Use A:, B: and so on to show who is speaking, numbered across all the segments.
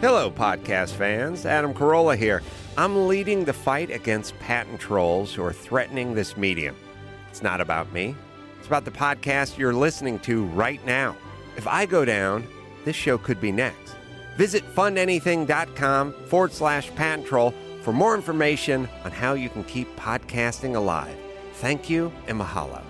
A: Hello, podcast fans. Adam Carolla here. I'm leading the fight against patent trolls who are threatening this medium. It's not about me, it's about the podcast you're listening to right now. If I go down, this show could be next. Visit fundanything.com forward slash patent troll for more information on how you can keep podcasting alive. Thank you and mahalo.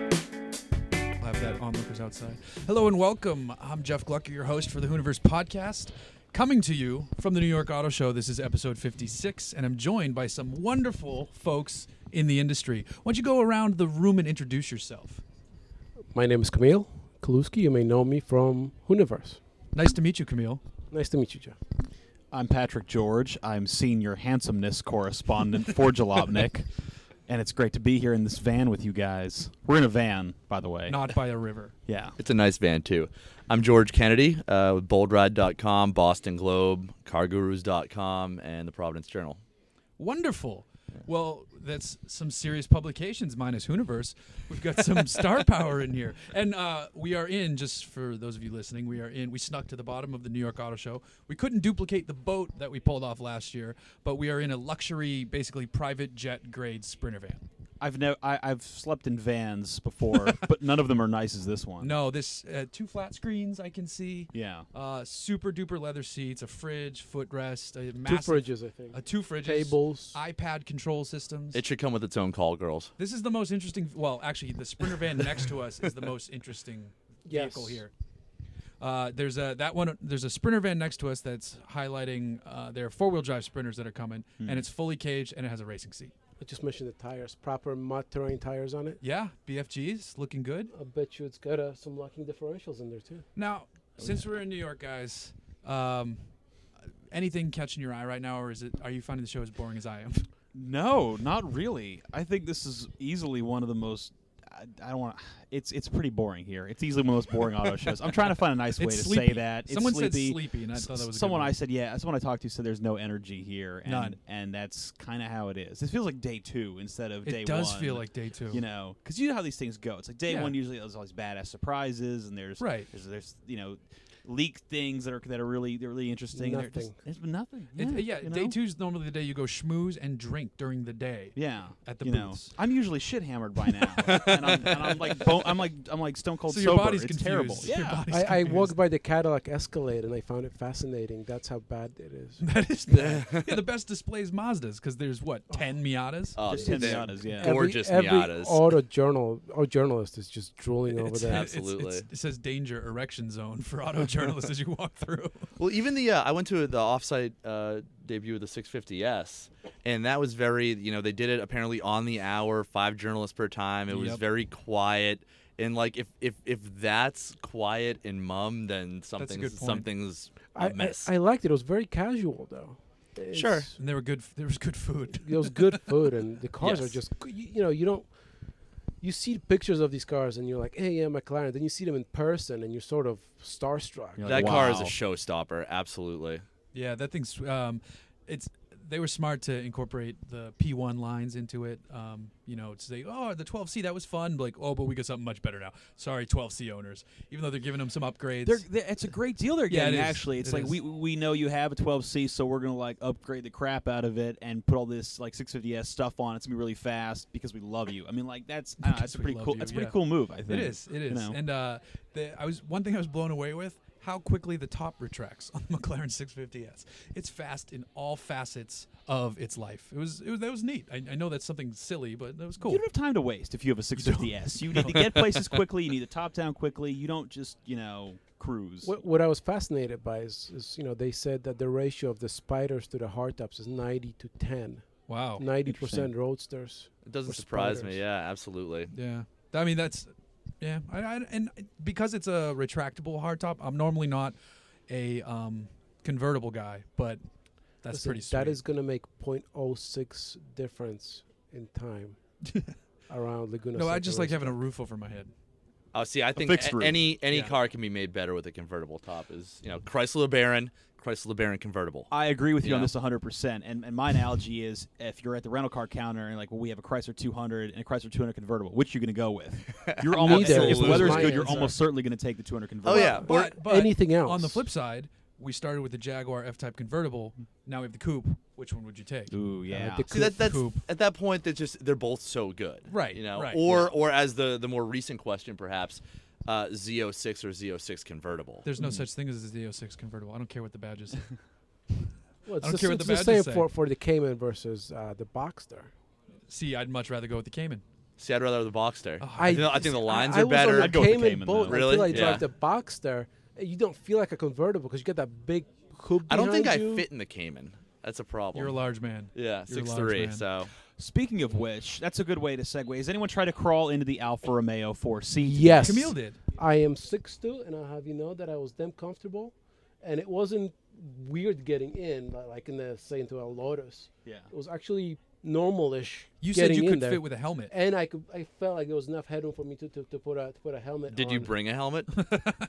B: I'll have that onlookers outside. Hello and welcome. I'm Jeff Glucker, your host for the Hooniverse podcast. Coming to you from the New York Auto Show, this is episode 56, and I'm joined by some wonderful folks in the industry. Why don't you go around the room and introduce yourself?
C: My name is Camille Kaluski. You may know me from Hooniverse.
B: Nice to meet you, Camille.
C: Nice to meet you, Jeff.
D: I'm Patrick George. I'm senior hansomeness correspondent for Jalopnik. And it's great to be here in this van with you guys. We're in a van, by the way.
B: Not by a river.
D: yeah.
E: It's a nice van too. I'm George Kennedy uh, with BoldRide.com, Boston Globe, CarGurus.com, and the Providence Journal.
B: Wonderful. Well, that's some serious publications minus Hooniverse. We've got some star power in here. And uh, we are in, just for those of you listening, we are in, we snuck to the bottom of the New York Auto Show. We couldn't duplicate the boat that we pulled off last year, but we are in a luxury, basically private jet grade sprinter van.
D: I've never I, I've slept in vans before, but none of them are nice as this one.
B: No, this uh, two flat screens I can see.
D: Yeah.
B: Uh, super duper leather seats, a fridge, footrest, a
C: Two
B: massive,
C: fridges, I think.
B: uh, two fridges,
C: Tables.
B: iPad control systems.
E: It should come with its own call, girls.
B: This is the most interesting. Well, actually, the Sprinter van next to us is the most interesting vehicle
C: Yes.
B: here. Uh, there's a that one. There's a Sprinter van next to us that's highlighting uh, their four wheel drive Sprinters that are coming,
D: Hmm.
B: and it's fully caged and it has a racing seat.
C: I just mentioned the tires. Proper mud terrain tires on it.
B: Yeah, BFGs looking good.
C: I bet you it's got uh, some locking differentials in there too.
D: Oh,
B: Now, since we're in New York, guys, um, anything catching your eye right now, or is it? Are you finding the show as boring as I am?
D: No, not really. I think this is easily one of the most I, I don't want it's it's pretty boring here. It's easily one of the most boring auto shows. I'm trying to find a nice way
B: It's
D: to
B: sleepy.
D: say that. It's
B: Someone said
D: sleepy.
B: sleepy, and I
D: S-
B: thought that was a good
D: someone
B: one.
D: I said yeah. Someone I talked to said there's no energy here, and
B: None.
D: and that's kind of how it is. It feels like day two instead of
B: It
D: day one.
B: does feel like day two.
D: you know, because you know how these things go. It's like day
B: Yeah.
D: one usually there's all these badass surprises, and there's
B: Right.
D: there's, there's you know leaked things that are that are really they're really interesting. and they're just-
C: Nothing.
D: There's been nothing.
B: It-
D: Yeah,
B: yeah,
D: you
B: day
D: know?
B: two is normally the day you go schmooze and drink during the day.
D: Yeah,
B: at the
D: you know.
B: booths.
D: I'm usually shit hammered by now, and, I'm, and I'm like bo- I'm like I'm like stone cold
B: So
D: sober.
B: your body's
D: it's
B: confused.
D: terrible.
B: Your
D: Yeah,
B: body's
C: I, I
B: confused.
C: walked by the Cadillac Escalade and I found it fascinating. That's how bad it is.
B: That is bad. yeah, the best displays Mazdas because there's what ten Miatas.
E: Oh,
D: just ten
E: they're
D: Miatas, yeah.
C: Every-
E: Gorgeous
C: every,
E: Miatas.
C: auto journal or journalist is just drooling over that.
E: abs- absolutely.
B: it says danger erection zone for auto journalists as you walk through.
E: Well, even the uh, I went to the offsite uh, debut of the 650s, and that was very you know they did it apparently on the hour, five journalists per time. It was
B: Yep.
E: very quiet, and like if if if that's quiet in mum, then
B: good
E: something's
B: point.
E: something's
C: I, I-
E: amiss.
C: I liked it. It was very casual though.
E: Sure.
C: It's-
B: And there were good. There was good food.
C: it was good food and the cars are
E: Yes.
C: just you, you know you don't you see pictures of these cars and you're like hey yeah McLaren then you see them in person and you're sort of starstruck
D: You're
E: that car is a
D: Wow.
E: showstopper, absolutely.
B: Yeah, that thing's. Um, it's they were smart to incorporate the P1 lines into it. Um, you know, to say, oh, the 12C that was fun. But like, oh, but we got something much better now. Sorry, 12C owners. Even though they're giving them some upgrades.
D: They're, they it's a great deal they're
B: Yeah, it
D: getting.
B: is.
D: actually, it's
B: It
D: like
B: is.
D: we we know you have a 12C, so we're gonna like upgrade the crap out of it and put all this like 650s stuff on. It's gonna be really fast because we love you. I mean, like that's I don't know,
B: Because
D: that's a
B: we
D: pretty
B: love
D: cool.
B: you,
D: that's a
B: yeah.
D: pretty cool move. I think
B: It is. It
D: you
B: is.
D: know?
B: And uh, the, I was one thing I was blown away with how quickly the top retracts on the McLaren 650s. It's fast in all facets of its life. It was. It was. That was neat. I, I know that's something silly, but that was cool.
D: You don't have time to waste if you have a 650s. You, need to get places quickly. You need to top down quickly. You don't just you know cruise.
C: what, what I was fascinated by is, is you know they said that the ratio of the spiders to the hardtops is 90 to 10
B: Wow.
C: 90% roadsters
E: It doesn't
C: Or
E: surprise
C: spiders.
E: me. Yeah, absolutely.
B: Yeah. I mean that's. Yeah. I, I, and because it's a retractable hardtop, I'm normally not a um, convertible guy, but. That's
C: Listen,
B: pretty sweet.
C: That is going to make 0.06 difference in time around Laguna.
B: No, I
C: Seca
B: just like
C: Raceway.
B: having a roof over my head.
E: Oh, see, I think
D: fixed
E: a-
D: roof.
E: any any
B: Yeah.
E: car can be made better with a convertible top. Is you know Chrysler LeBaron, Chrysler LeBaron convertible.
B: Ah,
D: I agree with you on
E: Yeah.
D: this 100%. And, and my analogy is if you're at the rental car counter and like, well, we have a Chrysler 200 and a Chrysler 200 convertible, which you going to go with? You're almost
E: Neither
D: if the
E: is
D: weather's
E: my Oh,
D: good, you're
C: answer.
D: almost certainly going to take the 200 convertible.
E: yeah. Or
B: But, but
C: anything else.
B: On the flip side, we started with the Jaguar F-Type convertible. Now we have the coupe. Which one would you take?
D: Ooh, yeah.
C: Uh, the
E: See, that, that's
B: Coupe.
E: at that point that just they're both so good,
B: Right,
E: You know,
B: right,
E: or or as the the more recent question perhaps, uh, Z06 or Z06 convertible.
B: There's no such thing as a Z06 convertible. I don't care what the badge is.
C: Well, it's
B: I don't
C: the,
B: care
C: s-
B: what
C: it's
B: the
C: the same
B: badges
C: for, for the Cayman versus uh, the Boxster.
B: See, I'd much rather go with the Cayman.
E: See, I'd rather have the Boxster.
B: Oh,
E: I, think, I think the lines
C: I
E: are
C: was on
E: better.
C: the
D: I'd go with the
C: Cayman
D: Cayman,
C: boat
D: though.
E: Really?
C: until I
E: Yeah.
C: drive the Boxster. and Eh, You don't feel like a convertible because you got that big hoop.
E: I don't think I
C: behind you.
E: fit in the Cayman. That's a problem.
B: You're a large man.
E: yeah,
B: You're a
E: six
B: large
E: three.
B: man.
E: So
D: Speaking of which, that's a good way to segue. Has anyone tried to crawl into the Alfa Romeo 4C?
C: Yes.
B: Camille did.
C: I am 6'2", and I'll have you know that I was damn comfortable, and it wasn't weird getting in, li- like in the say into a Lotus.
D: Yeah.
C: It was actually normalish.
B: You said
C: getting
B: you
C: in
B: could
C: there.
B: fit with a helmet.
C: and I could, I felt like there was enough headroom for me to, to, to put a to put a helmet.
E: did you
C: on.
E: bring a helmet?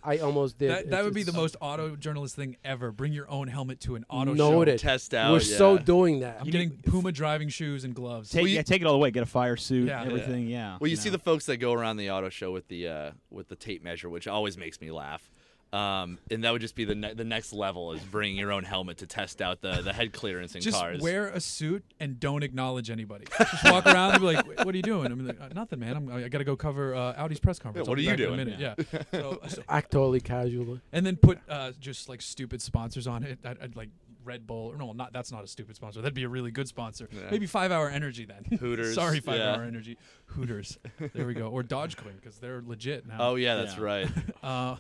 C: I almost did.
B: That, that
C: It's-
B: would be the
C: it's
B: most auto journalist thing ever. Bring your own helmet to an auto show.
C: noted.
E: Test out.
C: We're
E: yeah.
C: so doing that.
B: I'm getting Puma driving shoes and gloves.
D: Take,
E: you-
D: yeah, take it all the way. Get a fire suit,
B: Yeah.
D: everything. Yeah.
E: Well, you see the folks that go around the auto show with the uh, with the tape measure, which always makes me laugh. Um, and that would just be the ne- the next level is bringing your own helmet to test out the, the head clearance in
B: just
E: cars.
B: wear a suit and don't acknowledge anybody. Just walk around and be like, "What are you doing?" I'm like, uh, "Nothing, man. I'm, I got to go cover uh, Audi's press conference.
E: Yeah, what
B: I'll
E: are
B: be
E: you
B: back in
E: doing?
B: a minute." Yeah. So- so-
C: act totally casually.
B: and then put uh, just like stupid sponsors on it. I'd, I'd like Red Bull. Or no, not that's not a stupid sponsor. That'd be a really good sponsor. Maybe Five Hour Energy then.
E: Hooters,
B: Sorry, Five
E: yeah.
B: Hour Energy. Hooters. There we go. Or Dogecoin because they're legit now.
E: Oh yeah, that's
D: Yeah.
E: right.
B: Uh,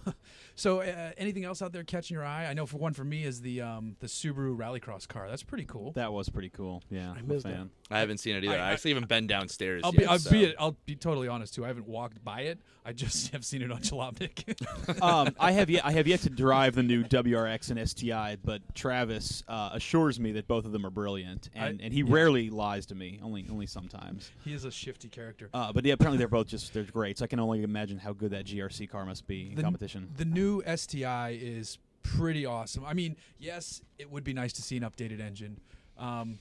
B: so, uh, anything else out there catching your eye? I know for one for me is the um, the Subaru Rallycross car. That's pretty cool.
D: that was pretty cool. Yeah. I
C: missed that.
D: fan.
E: I haven't seen it either. I,
B: I-
E: actually haven't been downstairs.
B: I'll
E: yet,
B: be I'll
E: so.
B: be I'll be totally honest too. I haven't walked by it. I just have seen it on Jalopnik.
D: um, I have yet I have yet to drive the new WRX and STI, but Travis uh, assures me that both of them are brilliant, and,
B: I-
D: and he rarely lies to me, only only sometimes.
B: he is a shifty character.
D: Uh, but yeah, apparently they're both just they're great. So I can only imagine how good that GRC car must be in
B: The-
D: competition.
B: Um, The new STI is pretty awesome. I mean, yes, it would be nice to see an updated engine. Um,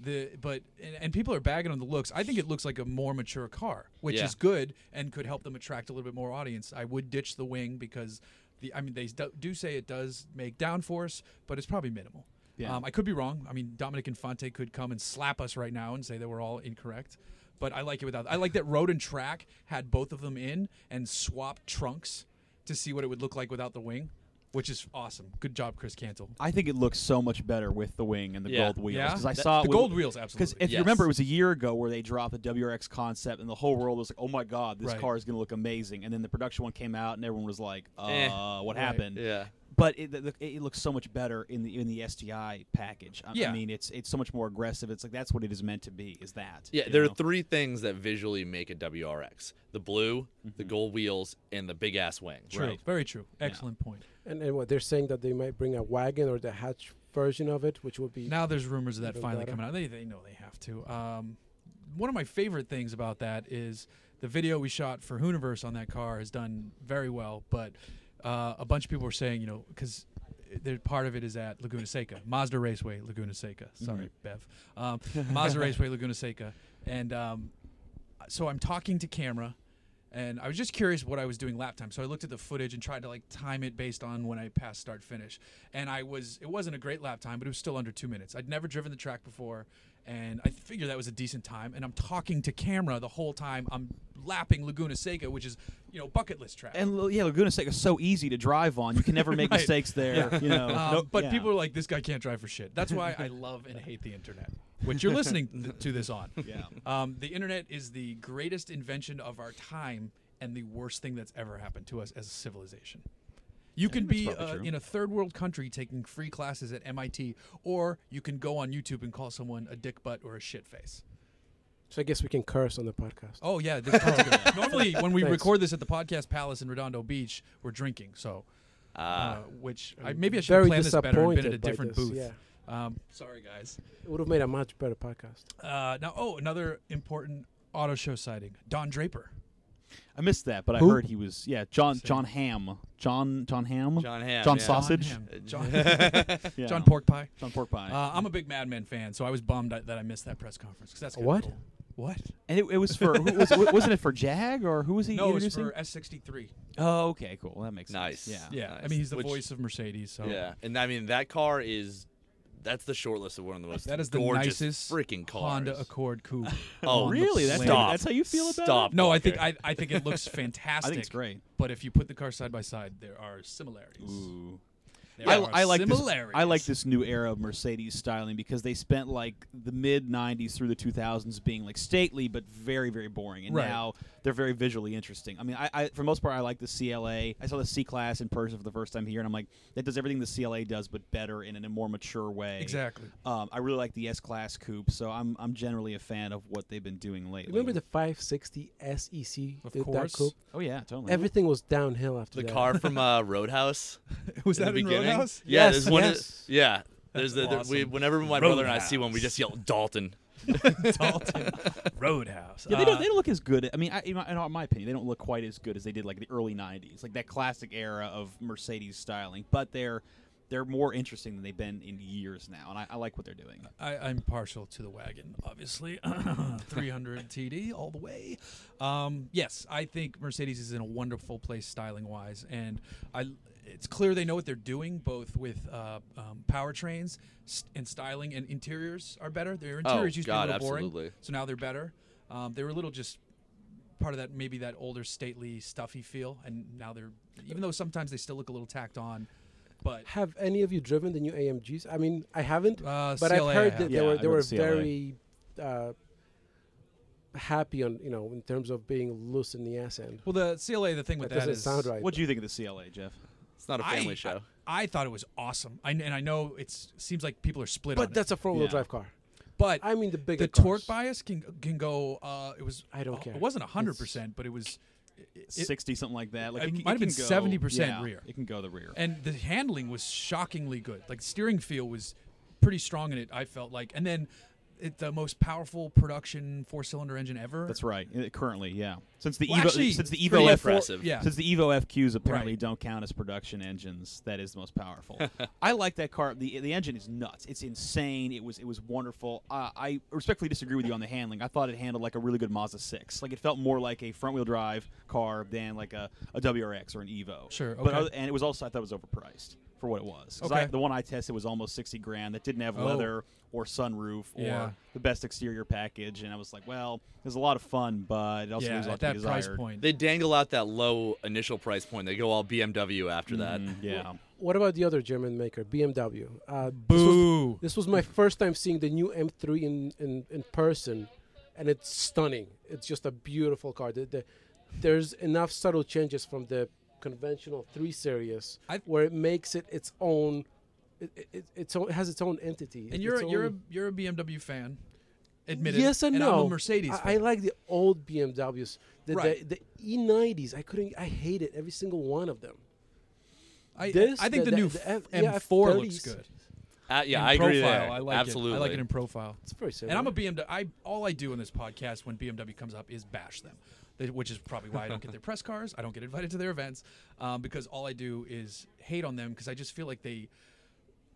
B: the but and, and people are bagging on the looks. I think it looks like a more mature car, which
E: Yeah.
B: is good and could help them attract a little bit more audience. I would ditch the wing because the I mean they do, do say it does make downforce, but it's probably minimal.
D: Yeah.
B: Um, I could be wrong. I mean, Dominic Infante could come and slap us right now and say that we're all incorrect. But I like it without. I like that Road and Track had both of them in and swapped trunks to see what it would look like without the wing, which is awesome. Good job, Chris Cantle.
D: I think it looks so much better with the wing and the
E: Yeah.
D: gold wheels
B: Yeah?
D: I
B: That-
D: saw it
B: the
D: with-
B: gold wheels, absolutely.
D: if you
E: Yes.
D: remember, it was a year ago where they dropped the WRX concept, and the whole world was like, "Oh my god, this
B: Right.
D: car is going to look amazing!" And then the production one came out, and everyone was like, "Uh,
E: Eh.
D: what
B: Right.
D: happened?"
E: Yeah.
D: But it, the- the- it looks so much better in the in the STI package. I, I
B: Yeah.
D: mean, it's it's so much more aggressive. It's like that's what it is meant to be. Is that?
E: Yeah,
D: you
E: there are
D: know?
E: three things that visually make a WRX: the blue, the gold wheels, and the big ass wing.
B: Mm-hmm. True. Very true. Excellent point.
C: And and what they're saying that they might bring a wagon or the hatch version of it, which would be
B: Now there's rumors of that
C: Even
B: finally
C: better.
B: coming out. They, they know they have to. Um, one of my favorite things about that is the video we shot for Hooniverse on that car has done very well, but uh, a bunch of people were saying, you know, because part of it is at Laguna Seca, Mazda Raceway, Laguna Seca. Sorry, Bev. Um, Mazda Raceway, Laguna Seca. And um, so I'm talking to camera and I was just curious what I was doing lap time. So I looked at the footage and tried to like time it based on when I passed start finish. And I was it wasn't a great lap time, but it was still under 2 minutes. I'd never driven the track before and I figured that was a decent time and I'm talking to camera the whole time. I'm lapping Laguna Seca, which is, you know, bucket list track.
D: And l- yeah, Laguna Seca is so easy to drive on. You can never make
B: Right.
D: mistakes there. You know,
B: Um,
D: No-
B: but
D: yeah.
B: people are like, this guy can't drive for shit. That's why I love and hate the internet, which you're listening th- to this on.
D: Yeah.
B: Um, the internet is the greatest invention of our time and the worst thing that's ever happened to us as a civilization. You can be
D: probably
B: uh,
D: true.
B: in a third world country taking free classes at MIT, or you can go on YouTube and call someone a dick butt or a shit face.
C: So I guess we can curse on the podcast.
B: Oh yeah, this podcast. normally when we
C: Thanks.
B: record this at the podcast palace in Redondo Beach, we're drinking. So, uh,
E: Ah.
B: which I, maybe I should
C: Very
B: plan this better and been at a
C: disappointed by
B: different
C: this,
B: booth.
C: yeah.
B: Um, sorry, guys.
C: It would have made a much better podcast.
B: Uh, now, oh, another important auto show sighting Don Draper.
D: I missed that, but
C: Who?
D: I heard he was yeah John John Ham John John Ham
E: John Hamm,
D: John
E: yeah.
D: Sausage
E: Uh,
B: John, Ham. John,
D: Yeah.
B: John Pork Pie.
D: John Pork Pie.
B: Uh, I'm a big Mad Men fan, so I was bummed that, that I missed that press conference. 'cause that's kinda
C: What?
B: cool. What?
D: and it, it was for who, was, wasn't it for Jag or who was he
B: No, it was
D: introducing?
B: for S63.
D: oh, okay, cool. Well, that makes
E: Nice.
D: sense. Yeah.
B: Yeah, I
E: Ah, Nice.
B: mean he's the
E: Which-
B: voice of Mercedes. So
E: Yeah, and I mean that car is that's the short list of one of the most
B: that is the
E: gorgeous
B: nicest
E: freaking cars.
B: Honda Accord coupe.
E: Oh,
B: on the
D: really? That's
B: planet.
E: Stop.
D: that's how you feel about
E: Stop.
D: it?
B: No, I
E: Okay.
B: think I, I think it looks fantastic.
D: I think it's great.
B: But if you put the cars side by side, there are similarities.
D: Ooh.
B: There
D: I,
B: are
D: I like this,
B: similarities.
D: I like this new era of Mercedes styling because they spent like the mid '90s through the 2000s being like stately but very very boring, and
B: Right.
D: now they're very visually interesting. I mean, I, I for the most part I like the CLA. I saw the C class in person for the first time here, and I'm like, that does everything the CLA does but better and in a more mature way.
B: Exactly.
D: Um, I really like the S class coupe, so I'm I'm generally a fan of what they've been doing lately.
C: Remember the 560 SEC?
B: Of
C: E that
B: course.
C: coupe?
D: oh yeah, totally.
C: Everything was downhill after
E: the
C: that.
E: car from uh, Roadhouse.
B: Was
E: in
B: that
E: the
B: in
E: beginning?
B: Roadhouse?
E: Yeah,
C: Yes,
E: there's one.
C: yes.
E: yeah, there's the,
B: That's
E: there- we,
B: awesome.
E: whenever my brother and I see one, we just yell Dalton.
B: Dalton Roadhouse.
D: Yeah, they
B: Uh,
D: don't. They don't look as good. I mean, I, in, my, in my opinion, they don't look quite as good as they did like the early '90s, like that classic era of Mercedes styling. But they're they're more interesting than they've been in years now, and I, I like what they're doing.
B: I, I'm partial to the wagon, obviously. 300 TD all the way. Um, yes, I think Mercedes is in a wonderful place styling wise, and I. It's clear they know what they're doing, both with uh, um, powertrains st- and styling, and interiors are better. Their interiors used
E: Oh,
B: to
E: God,
B: be a little boring,
E: absolutely.
B: so now they're better. Um, they were a little just part of that maybe that older stately stuffy feel, and now they're even though sometimes they still look a little tacked on, but
C: Have any of you driven the new AMGs? I mean, I haven't,
B: Uh,
C: but
B: CLA I
C: I've heard
B: have.
C: that they
D: Yeah,
C: were
D: I
C: they
D: got
C: were
D: a CLA.
C: very uh, happy on you know in terms of being loose in the ass end.
B: well, the CLA the thing with
C: That
B: that
C: doesn't
B: is
C: sound right.
D: What do you think of the CLA, Jeff?
E: It's not a family show.
B: I, I thought it was awesome. I, and I know it seems like people are split on
C: but
B: it,
C: that's a four wheel
D: Yeah.
C: drive car.
B: but
C: I mean the bigger
B: the
C: cars.
B: torque bias can can go. Uh, it was
C: I don't
B: uh,
C: care.
B: It wasn't hundred percent, but it was. It, it-
D: Sixty something like that. Like
B: It
D: it,
B: might have been
D: can go-
B: 70%
D: yeah,
B: rear.
D: It can go the rear.
B: and the handling was shockingly good. Like steering feel was pretty strong in it. I felt like, and then it, the most powerful production four cylinder engine ever.
D: That's right. Uh, Currently, yeah. Since the
B: Well,
D: Evo,
B: actually,
D: since the
B: pretty
D: Evo F4
E: impressive.
B: Yeah.
D: Since the Evo FQs apparently
B: Right.
D: don't count as production engines, that is the most powerful. I like that car. The the engine is nuts. It's insane. It was it was wonderful. Uh, I respectfully disagree with you on the handling. I thought it handled like a really good Mazda 6. Like it felt more like a front wheel drive car than like a, a WRX or an Evo.
B: Sure,
D: But
B: okay.
D: other, and it was also I thought it was overpriced for what it was. 'Cause
B: Okay.
D: I, the one I tested was almost 60 grand. That didn't have
B: Oh.
D: leather or sunroof or
B: Yeah.
D: the best exterior package and I was like, well, it was a lot of fun, but it also
B: yeah,
D: leaves a lot
B: at
D: to be
B: that price
D: desired.
B: point.
E: They dangle out that low initial price point. They go all BMW after that.
D: Mm, yeah.
C: What about the other German maker, BMW? Uh, this was-
B: Boo!
C: This was my first time seeing the new M3 in, in, in person, and it's stunning. It's just a beautiful car. The, the, there's enough subtle changes from the conventional 3 Series
B: I've-
C: where it makes it its own. It, it, it, its own, it has its own entity.
B: and
C: It-
B: you're
C: its
B: you're a,
C: own-
B: you're a BMW fan, admitted.
C: yes and, no.
B: I'm a Mercedes.
C: I,
B: fan.
C: I like the old BMWs. The,
B: Right.
C: the, the E90s. I couldn't. I hated every single one of them.
B: I,
C: This,
B: I think the,
C: the- the-
B: new
C: the
B: f-
C: F- yeah,
B: M4 looks
C: F30s.
B: good.
E: Uh, yeah,
B: in
E: I agree.
B: Profile,
E: there.
B: I like
E: Absolutely.
B: it. I like it in profile.
C: It's very
B: And
C: similar.
B: I'm a BMW. I all I do in this podcast when BMW comes up is bash them, They- which is probably why I don't get their press cars. I don't get invited to their events um, because all I do is hate on them because I just feel like they.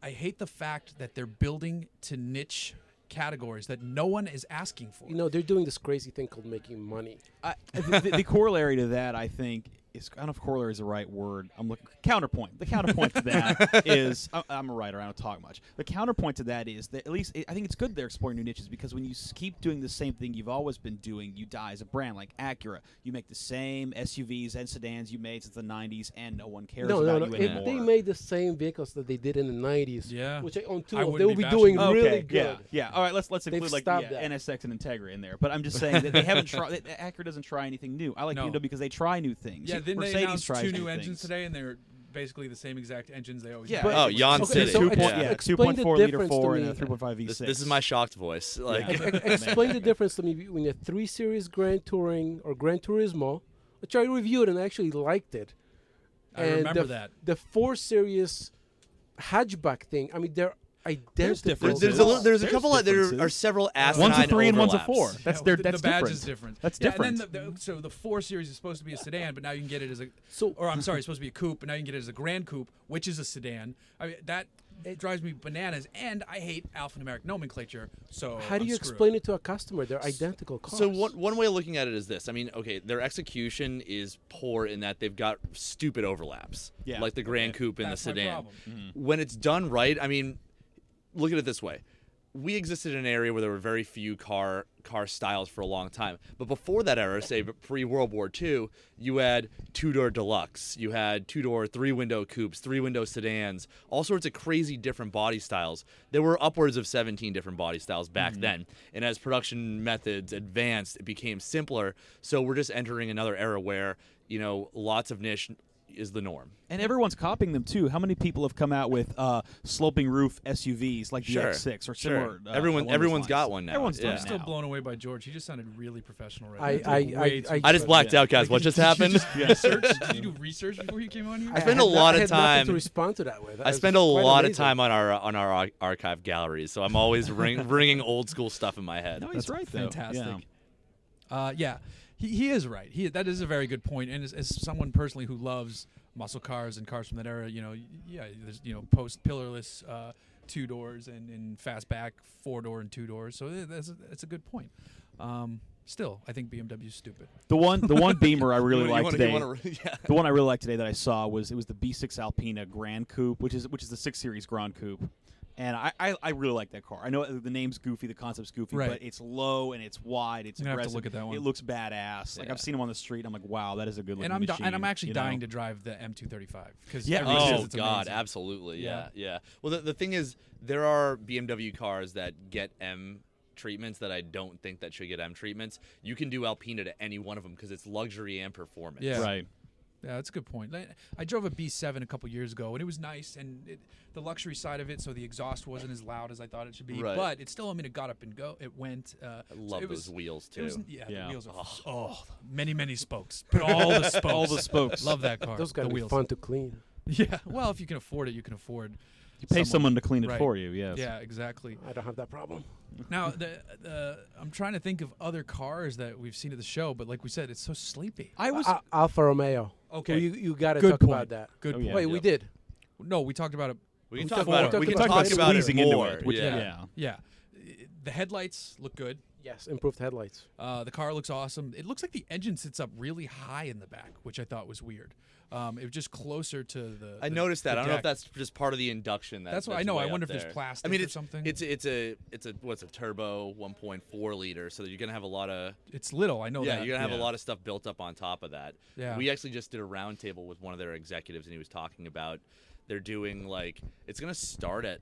B: I hate the fact that they're building to niche categories that no one is asking for.
C: you know they're doing this crazy thing called making money.
D: I, the, the corollary to that, I think, is I don't know if corollary is the right word. I'm looking counterpoint. The counterpoint to that is I, I'm a writer. I don't talk much. The counterpoint to that is that at least I think it's good they're exploring new niches because when you s- keep doing the same thing you've always been doing, you die as a brand. Like Acura, you make the same SUVs and sedans you made since the '90s, and no one cares
C: No, no,
D: about
C: no.
D: you
C: If
D: anymore.
C: they made the same vehicles that they did in the '90s,
B: Yeah.
C: which I own two,
B: I
C: of, they
B: wouldn't
C: would
B: be
C: be doing
B: bashing
C: really good.
D: Oh, Yeah, yeah. All right, let's let's
C: They've
D: include like
C: stopped
D: yeah,
C: that.
D: NSX and Integra in there. But I'm just saying that they haven't tried. that Acura doesn't try anything new. I like
B: No.
D: BMW because they try new things.
B: yeah,
D: See,
B: then
D: Mercedes
B: they announced
D: tries
B: two new engines
D: things.
B: today, and they're basically the same exact engines they always.
D: Yeah.
B: have.
E: oh, Yon
C: Okay,
E: City.
C: so
D: Two
C: ex-
D: point, yeah, two
C: explain
D: point
C: the
D: four liter
C: difference to
D: four and
C: me.
D: a three point five v
E: This,
D: six.
E: this is my shocked voice. Like
D: Yeah.
C: Explain the difference to me between a three series Grand Touring or Gran Turismo, which I reviewed and I actually liked it.
B: I
C: and
B: remember
C: the,
B: that.
C: the four series hatchback thing. I mean, they're identical.
D: There's-
E: There's, there's a,
D: differences.
E: little, there's a
D: There's
E: couple. Of, there are
D: differences.
E: several asinine
D: One's a three and one's a
E: overlaps.
D: four. That's
B: Yeah,
D: their.
B: the-
D: That's
B: the badge
D: different.
B: is different.
D: That's
B: Yeah,
D: different.
B: And then the, the, so the four series is supposed to be a sedan, but now you can get it as a
C: So-
B: or I'm sorry, it's supposed to be a coupe, but now you can get it as a grand coupe, which is a sedan. I mean that it drives me bananas, and I hate alphanumeric nomenclature. So
C: How do you explain it to a customer? They're identical cars.
E: So one one way of looking at it is this. I mean, okay, their execution is poor in that they've got stupid overlaps.
D: Yeah.
E: Like the Grand Coupe and
B: That's
E: the
B: my
E: sedan.
B: problem. Mm-hmm.
E: When it's done right, I mean, look at it this way. We existed in an area where there were very few car car styles for a long time. But before that era, say pre World War II, you had two door deluxe, you had two door three window coupes, three window sedans, all sorts of crazy different body styles. There were upwards of 17 different body styles
B: Mm-hmm.
E: back then. And as production methods advanced, it became simpler. So we're just entering another era where, you know, lots of niche is the norm.
D: And everyone's copying them too. How many people have come out with uh, sloping roof SUVs like the
E: Sure,
D: X6 or
E: sure.
D: similar? Uh,
E: Everyone-
D: along those
E: everyone's
D: lines?
E: got one now.
D: Everyone's
E: Yeah.
D: done
B: I'm
D: it
B: still
D: now.
B: blown away by George. He just sounded really professional right
C: I-
B: now.
C: I-
B: Took way
C: I-
B: too
C: I-
B: much.
E: I just blacked out, guys. What just happened?
B: Research? Did you do research before you came on here?
C: I
E: spend
C: had
E: a lot
C: I
E: of
C: had nothing
E: time-
C: to respond to that with.
E: I spend a lot of time on our on our ar- archive galleries, so I'm always ring, ringing old school stuff in my head.
D: No, he's right though.
B: fantastic.
D: Yeah.
B: Uh, yeah, he, he is right. He that is a very good point. And as, as someone personally who loves muscle cars and cars from that era, you know, y- yeah, there's you know post pillarless uh, two doors and, and fastback four door and two doors. So th- that's a, that's a good point. Um, still, I think BMW's stupid.
D: The one, the one Beamer I really
E: You
D: like
E: wanna- you
D: today.
E: wanna- yeah.
D: The one I really liked today that I saw was it was the B6 Alpina Grand Coupe, which is which is the six series Grand Coupe, and I I, I really like that car. I know uh, the name's goofy, the concept's goofy,
B: Right.
D: but it's low and it's wide. It's
B: I'm gonna have to
D: aggressive.
B: look at that one.
D: It looks badass. Like I've seen them on the street. I'm like, wow, that is a good looking
B: And I'm di-
D: machine.
B: and I'm actually
D: you know?
B: dying to drive the M235 because
D: Yeah,
B: everyone says
E: Oh
B: it's
E: God,
B: amazing.
E: absolutely.
B: Yeah.
E: Yeah, yeah. Well, the, the thing is, there are BMW cars that get M treatments that I don't think that should get M treatments. You can do Alpina to any one of them because it's luxury and performance.
B: Yeah.
D: Right.
B: Yeah, that's a good point. Like, I drove a B7 a couple years ago, and it was nice, and it, the luxury side of it, so the exhaust wasn't as loud as I thought it should be.
E: Right.
B: But it still, I mean, it got up and go. It went. Uh, I
E: love
B: it
E: those wheels,
B: it was-
E: too.
B: yeah,
D: Yeah.
B: the wheels are. Oh. many many spokes. Put all the spokes.
D: All the spokes.
B: Love that car.
C: Those
B: the
C: gotta be
B: wheels.
C: fun to clean.
B: Yeah. Well, if you can afford it, you can afford.
D: You pay someone to clean it
B: Right.
D: for you. Yes.
B: Yeah, exactly.
C: I don't have that problem.
B: Now, the, the I'm trying to think of other cars that we've seen at the show, but like we said, it's so sleepy.
D: I was.
C: Al- Alfa Romeo.
B: Okay.
C: you you gotta
B: Good
C: talk
B: point.
C: about that.
B: Good
D: Oh, yeah.
B: point.
C: Wait, we did.
B: No, we talked about it
E: We can
C: We
E: talk
C: talked
E: about
C: about-
E: it. We
C: we
E: can
C: talked
E: talk
C: about
E: about it
D: squeezing into
E: more.
D: it, which-
E: yeah.
D: Yeah.
B: Yeah. I- The headlights look good.
C: Yes, improved headlights.
B: Uh, the car looks awesome. It looks like the engine sits up really high in the back, which I thought was weird. Um, it was just closer to the.
E: I
B: the-
E: noticed that.
B: the
E: I don't know if
B: deck.
E: that's just part of the induction. That,
B: That's what I know. I
E: way
B: wonder
E: up
B: if there's
E: there.
B: plastic
E: I mean,
B: or
E: it's,
B: something.
E: It's it's a it's a what's a turbo 1.4 liter, so that you're gonna have a lot of
B: It's little. I know
E: yeah,
B: Oh, that.
E: you're gonna have
D: yeah.
E: a lot of stuff built up on top of that.
B: Yeah.
E: We actually just did a roundtable with one of their executives, and he was talking about they're doing like it's gonna start at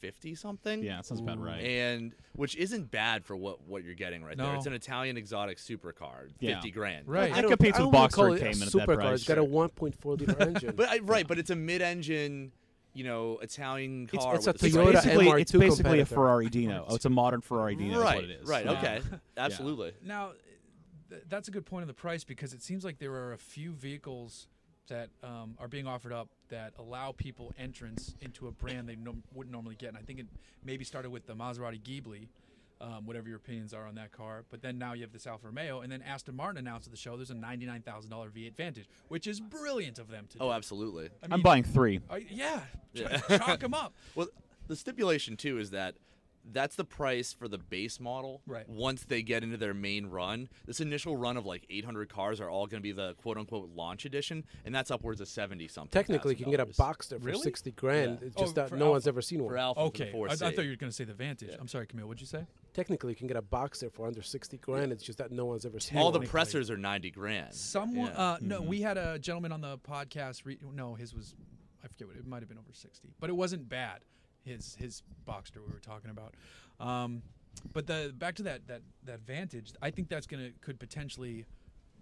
E: fifty something.
D: Yeah. That sounds about right.
E: And which isn't bad for what what you're getting right there.
B: No.
E: It's an Italian exotic supercar,
D: Yeah.
E: fifty grand.
B: Right.
C: I
D: That
C: don't-
D: competes
C: I
D: with
C: wouldn't
D: Boxster
C: call it a
D: Cayman at that
C: supercar.
D: price.
C: It's got a 1.4 liter engine.
E: But I, right, but it's a mid-engine, you know, Italian car.
C: it's a
E: with
D: It's
C: Toyota
E: straight-
D: basically,
C: MR2
D: it's basically a
C: competitor.
D: Ferrari Dino. Oh, it's a modern Ferrari Dino.
E: Right.
D: Is what it is.
E: Right.
D: Yeah.
E: Okay. Absolutely.
B: Now, th- that's a good point on the price because it seems like there are a few vehicles that um, are being offered up that allow people entrance into a brand they no- wouldn't normally get. And I think it maybe started with the Maserati Ghibli, um, whatever your opinions are on that car. But then now you have this Alfa Romeo, and then Aston Martin announced at the show there's a $99,000 V8 Vantage, which is brilliant of them to
E: Oh,
B: do.
E: absolutely.
B: I
D: I'm
B: mean,
D: buying three.
B: I, yeah, chalk them up.
E: Well, the stipulation too is that that's the price for the base model.
B: Right.
E: Once they get into their main run, this initial run of like 800 cars are all going to be the quote unquote launch edition, and that's upwards of 70 something.
C: Technically, you
E: thousand
C: can get a
E: dollars.
C: Boxster for
B: Really?
C: 60 grand.
E: Yeah.
C: It's just
B: Oh,
C: that
B: for
C: no one's
B: Alfa.
C: ever seen one.
E: for Alpha.
B: Okay,
E: For
B: I, I
E: the 4C.
B: thought you were going to say the Vantage. I'm sorry, Camille. What'd you say?
C: Technically, you can get a Boxster for under 60 grand. It's just that no one's ever seen
E: all the
C: one.
E: pressers are 90 grand.
B: Someone,
E: Yeah.
B: uh, no, we had a gentleman on the podcast. Re- no, his was, I forget what it might have been over sixty, but it wasn't bad. His his Boxster we were talking about, um, but the back to that that that Vantage, I think that's gonna could potentially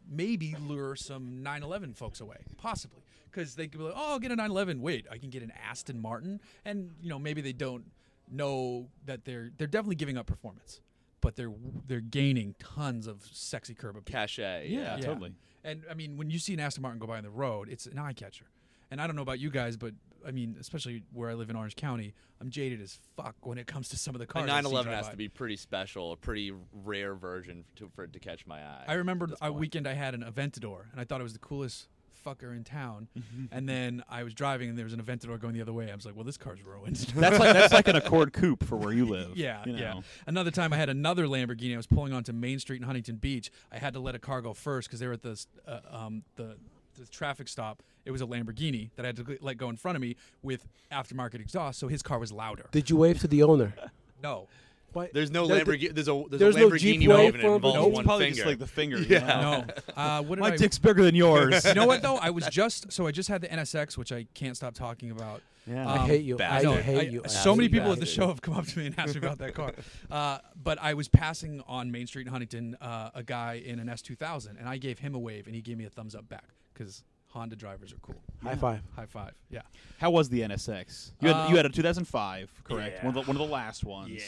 B: maybe lure some 911 folks away possibly because they could be like oh I'll get a 911 wait i can get an aston martin and you know maybe they don't know that they're they're definitely giving up performance but they're they're gaining tons of sexy curb appeal
E: cachet.
B: yeah,
D: totally.
B: And I mean, when you see an Aston Martin go by on the road, it's an eye catcher. And I don't know about you guys, but I mean, especially where I live in Orange County, I'm jaded as fuck when it comes to some of the cars. I see
E: 911
B: drive
E: has
B: by.
E: to be pretty special, a pretty rare version to, for it to catch my eye.
B: I remember
E: this
B: a
E: point.
B: weekend I had an Aventador, and I thought it was the coolest fucker in town. and then I was driving, and there was an Aventador going the other way. I was like, "Well, this car's ruined."
D: That's like that's like an Accord coupe for where you live.
B: yeah,
D: you know?
B: yeah. Another time I had another Lamborghini. I was pulling onto Main Street in Huntington Beach. I had to let a car go first because they were at the s- uh, um, the the traffic stop. It was a Lamborghini that I had to g- let go in front of me with aftermarket exhaust, so his car was louder.
C: Did you wave to the owner?
B: No,
C: Why-
E: There's no
C: there-
E: Lamborghini. There's a there's,
C: there's
E: a
C: no
E: Lamborghini
C: Jeep
E: wave
C: wave
E: and it
C: for
E: involves
C: Lamborghini.
D: It's
E: one
D: probably
E: finger.
D: just like the finger. you
E: Yeah.
D: know?
B: no. Uh, what did
D: Oh. My
B: I-
D: dick's bigger than yours.
B: You know what though? I was just so I just had the NSX, which I can't stop talking about.
D: Yeah.
C: I
B: Um,
C: hate you. I
E: bastard.
B: know,
C: hate you. I
B: So many
C: hate you.
B: people at the show have come up to me and asked me about that car. Uh, but I was passing on Main Street in Huntington uh, a guy in an S2000, and I gave him a wave, and he gave me a thumbs up back because Honda drivers are cool.
C: High five.
B: High five. Yeah.
D: How was the NSX? You had,
B: Uh,
D: you had a 2005, correct? One, of the, one of the last ones.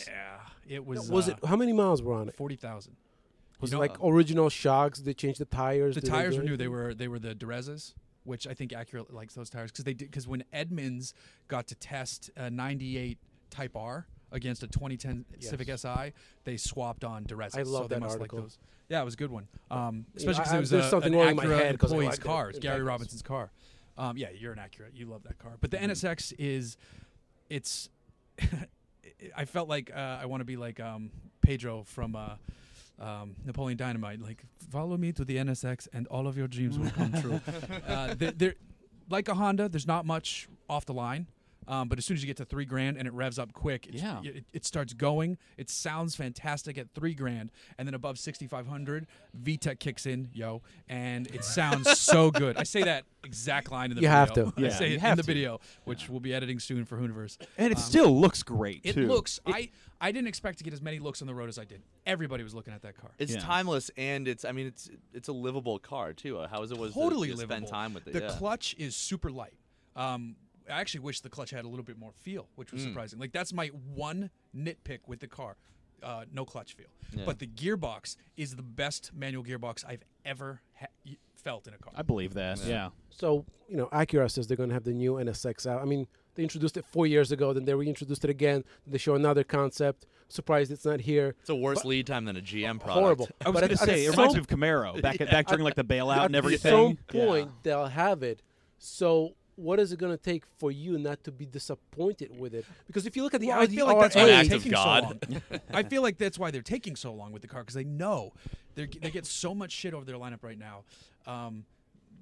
B: It was.
C: Was
B: uh,
C: it? How many miles were on it?
B: forty thousand?
C: Was
B: know,
C: it like original shocks? They changed the tires.
B: The
C: Did they
B: tires
C: do
B: were new.
C: anything?
B: They were they were the Derezas, which I think accurately likes those tires because they did because when Edmonds got to test a '98 Type R against a 2010 Civic SI, they swapped on Derezas.
C: I
B: so
C: love
B: they
C: that
B: must
C: article.
B: Like those. Yeah, it was a good one. Um,
C: You know,
B: especially because
C: I-
B: it was
C: there's
B: a,
C: something
B: an
C: going in my
B: Acura
C: head 'cause I
B: employee's
C: like that.
B: car. It's
C: It
B: Gary
C: happens.
B: Robinson's car. Um, yeah, you're an Acura. You love that car. But
C: Mm-hmm.
B: the NSX is, it's. I felt like uh, I want to be like um, Pedro from uh, um, Napoleon Dynamite. Like, follow me to the NSX, and all of your dreams will come true. uh, there, there, like a Honda, there's not much off the line. Um, but as soon as you get to three grand and it revs up quick, it's,
D: Yeah.
B: y- it, it starts going. It sounds fantastic at three grand, and then above sixty five hundred, VTEC kicks in, yo, and it sounds so good. I say that exact line in the
C: You
B: video.
C: have to.
B: I
D: Yeah,
B: say
D: you
B: it in
D: have
B: the
D: to.
B: video, which we'll be editing soon for Hooniverse.
D: And it still looks great,
B: It
D: too.
B: looks. I I didn't expect to get as many looks on the road as I did. Everybody was looking at that car.
E: It's
D: Yeah.
E: timeless and it's I mean it's it's a livable car too. Uh, How is it was
B: totally
E: to, to
B: livable.
E: spend time with it?
B: The
E: yeah.
B: clutch is super light. Um, I actually wish the clutch had a little bit more feel, which
E: Hmm.
B: was surprising. Like that's my one nitpick with the car. Uh, no clutch feel, but the gearbox is the best manual gearbox I've ever ha- y- felt in a car.
D: I believe that. Yeah.
C: So you know, Acura says they're going to have the new NSX out. I mean, they introduced it four years ago, then they reintroduced it again. They show another concept. Surprised it's not here.
E: it's a worse lead time than a GM product.
C: Horrible.
D: I was
C: But
D: going
C: at-
D: to
C: at
D: say, it
C: some
D: reminds me of Camaro back, at, back during like the bailout and everything.
C: At some point, they'll have it. So, what is it going to take for you not to be disappointed with it? Because if you look at the
B: Well, I
C: Audi
B: feel like that's why
E: An
B: they're
E: act of
B: taking so long.
E: God.
B: I feel like that's why they're taking so long with the car because they know they're, they get so much shit over their lineup right now. Um,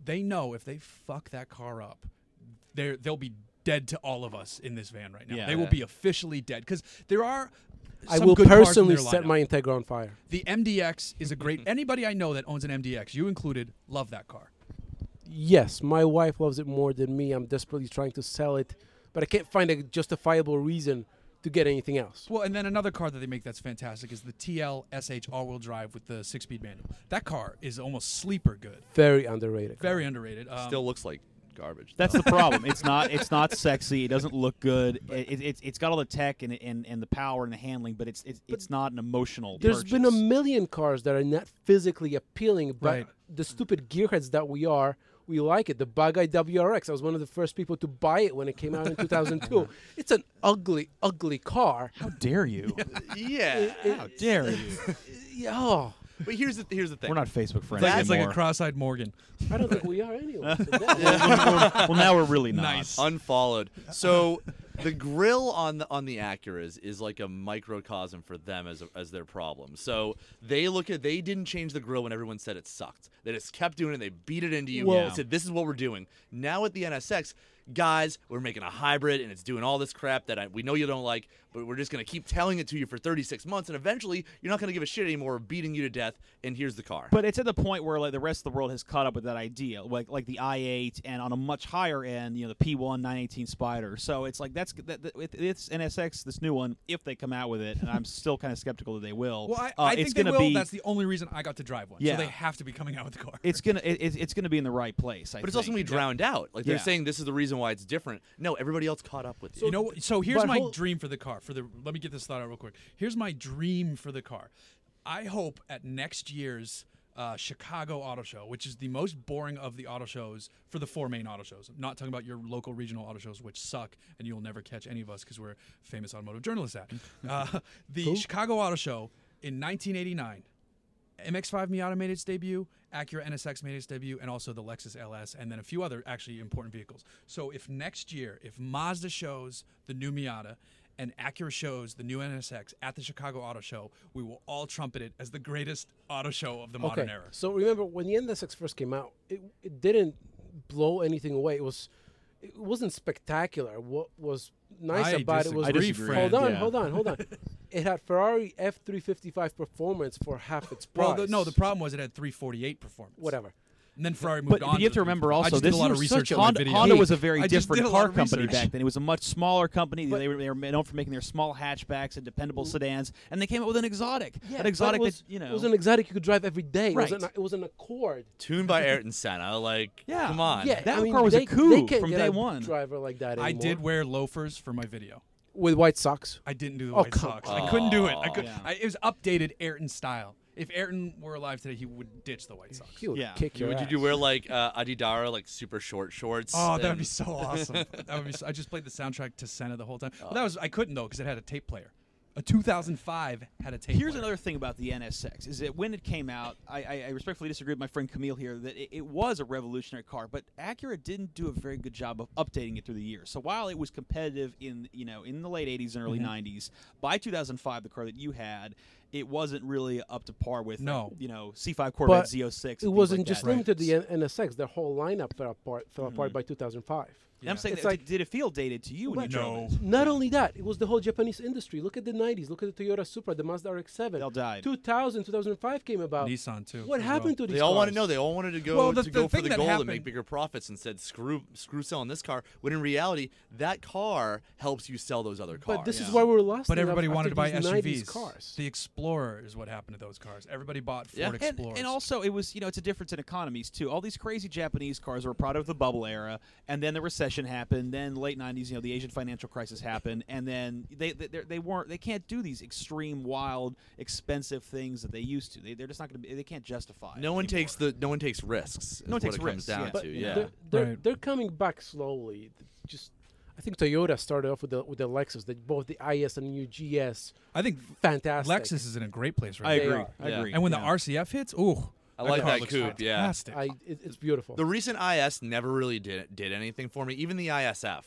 B: they know if they fuck that car up, they're, they'll be dead to all of us in this van right now.
D: Yeah.
B: They will be officially dead because there are.
C: I
B: some
C: will
B: good cars in
C: personally
B: their
C: set
B: lineup.
C: my Integra on fire.
B: The MDX is a great. Anybody I know that owns an MDX, you included, love that car.
C: Yes, my wife loves it more than me. I'm desperately trying to sell it, but I can't find a justifiable reason to get anything else.
B: Well, and then another car that they make that's fantastic is the TL SH all-wheel drive with the six-speed manual. That car is almost sleeper good,
C: Very underrated.
B: very underrated. Um,
E: Still looks like garbage.
D: That's the problem. It's not. It's not sexy. It doesn't look good. It, it, it's it's got all the tech and, and and the power and the handling, but it's it's, it's not an emotional.
C: There's
D: purchase.
C: been a million cars that are not physically appealing, but
B: Right.
C: the stupid gearheads that we are, we like it. The Bug Eye WRX, I was one of the first people to buy it when it came out in 2002. It's an ugly, ugly car.
D: How dare you?
E: yeah.
D: How dare you?
C: Yeah, Oh,
E: But here's the here's the thing.
D: We're not Facebook friends
E: That's
B: It's like a
D: anymore.
B: cross-eyed Morgan.
C: I don't think we are anyway. so that-
D: well, now we're really not.
B: Nice.
E: unfollowed. So the grill on the on the Acuras is like a microcosm for them as as their problem. So they look at they didn't change the grill when everyone said it sucked. They just kept doing it. They beat it into you.
D: Well-
E: They said this is what we're doing. Now at the NSX, guys, we're making a hybrid and it's doing all this crap that I, we know you don't like, but we're just gonna keep telling it to you for 36 months, and eventually you're not gonna give a shit anymore. We're beating you to death, and here's the car.
D: But it's at the point where like the rest of the world has caught up with that idea, like like the i8 and on a much higher end, you know, the P1 918 Spider. So it's like that's that, that- it- it's NSX, this new one, if they come out with it, and I'm still kind of skeptical that they will.
B: Well, I,
D: Uh,
B: I
D: it's
B: think they
D: gonna
B: will.
D: be
B: That's the only reason I got to drive one.
D: Yeah.
B: So they have to be coming out with the car.
D: it's gonna it, it's- it's gonna be in the right place. I
E: But it's also gonna be drowned out. Like they're
D: Yeah.
E: saying, this is the reason why it's different. No, everybody else caught up with you.
B: you know, what- so here's
C: but
B: my
C: hold-
B: dream for the car. For the let me get this thought out real quick. Here's my dream for the car. I hope at next year's uh, Chicago Auto Show, which is the most boring of the auto shows for the four main auto shows. I'm not talking about your local regional auto shows, which suck, and you'll never catch any of us because we're famous automotive journalists at. Uh, the Chicago Auto Show in 1989. MX-5 Miata made its debut, Acura NSX made its debut, and also the Lexus LS, and then a few other actually important vehicles. So if next year, if Mazda shows the new Miata and Acura shows the new NSX at the Chicago Auto Show, we will all trumpet it as the greatest auto show of the modern era.
C: So remember when the NSX first came out, it, it didn't blow anything away. It was it wasn't spectacular. What was nice
B: I
C: about it was
D: I
B: disagree,
D: disagree.
B: friend.
C: hold on,
D: yeah.
C: hold on, hold on. it had Ferrari F three fifty five performance for half its price.
B: Well, the, no, the problem was it had three forty eight performance.
C: whatever.
B: And then Ferrari moved
D: But,
B: on.
D: but you have
B: the
D: to remember
B: 355. I
D: also
B: just did a
D: this
B: lot of
D: was
B: research
D: such
B: on
D: a
B: that
D: Honda,
B: video.
D: Honda was a very
B: I just
D: different
B: did a lot
D: car
B: of
D: company
B: research.
D: back then. It was a much smaller company.
C: But-
D: they, were, they were known for making their small hatchbacks and dependable sedans, and they came up with an exotic. an
C: But it
D: exotic
C: was,
D: that you know
C: It was an exotic you could drive every day. It,
D: Right.
C: was an, it was an Accord.
E: Tuned by Ayrton Senna. Like,
D: Yeah.
E: come on.
C: Yeah,
D: That
C: I mean,
D: car was a
C: they, they
D: coup
C: can't
D: from
C: get
D: day
C: a
D: one.
C: Driver like that anymore.
B: I did wear loafers for my video.
C: with white socks.
B: I didn't do the
C: Oh,
B: White
C: come
B: Sox. I couldn't do it. I
E: on.
B: could.
D: Yeah.
B: I, it was updated Ayrton style. If Ayrton were alive today, he would ditch the White Sox.
C: He would
D: Yeah.
C: kick your
E: Would
C: ass.
E: you do wear like uh, Adidara, like super short shorts?
B: Oh, that would
E: and-
B: be so awesome. that would be. So, I just played the soundtrack to Senna the whole time. Well, that was. I couldn't though because it had a tape player. A 2005 had a tape.
D: Here's
B: player.
D: another thing about the NSX is that when it came out, I, I, I respectfully disagree with my friend Camille here that it, it was a revolutionary car, but Acura didn't do a very good job of updating it through the years. So while it was competitive in you know in the late 80s and early
C: Mm-hmm.
D: 90s, by 2005 the car that you had it wasn't really up to par with
B: No.
D: you know C5 Corvette
C: But
D: Z06. and
C: It
D: things
C: wasn't
D: like
C: just
D: that.
C: limited to the N- NSX. Their whole lineup fell apart. Fell apart by 2005.
D: And I'm saying
C: It's
D: that
C: like-
D: did it feel dated to you when you
B: No.
D: drove it?
C: Not only that, it was the whole Japanese industry. Look at the 90s. Look at the Toyota Supra, the Mazda RX-7.
D: They all died.
C: 2000, 2005 came about.
B: Nissan, too,
C: What
B: as
C: happened to
E: They
C: these
E: all
C: want
E: wanted to know. They all wanted to go
B: Well, the-
E: to
B: the
E: go for
B: thing
E: the
B: that
E: goal to
B: happened-
E: make bigger profits and said screw screw selling this car. When in reality, that car helps you sell those other cars.
C: But this is why we're lost.
B: But everybody wanted to buy
C: these 90s
B: SUVs.
C: cars.
B: The Explorer is what happened to those cars. Everybody bought Ford
E: Yeah. And-
B: Explorers.
D: And, and also, it was you know it's a difference in economies too. All these crazy Japanese cars were a product of the bubble era, and then the recession happened. Then late '90s, you know, the Asian financial crisis happened, and then they they, they're- they weren't they can't do these extreme, wild, expensive things that they used to. They, they're just not going to be. They can't justify. it
E: no one
D: anymore.
E: takes the no one takes risks. is
D: one
E: what
D: takes
E: it
D: risks,
E: comes down
D: yeah.
E: to.
D: But
E: yeah.
C: They're, they're,
B: Right.
C: they're coming back slowly. Th- Just, I think Toyota started off with the with the Lexus. That both the IS and UGS,
B: I think
C: fantastic.
B: Lexus is in a great place
D: I
B: right now.
D: agree.
C: are.
D: I
E: Yeah.
D: agree.
B: And when
D: Yeah.
B: the RCF hits, ooh,
E: I like
B: car
E: that
B: looks
E: coupe, yeah.
B: fantastic.
C: I it, it's beautiful.
E: The recent IS never really did did anything for me. Even the ISF,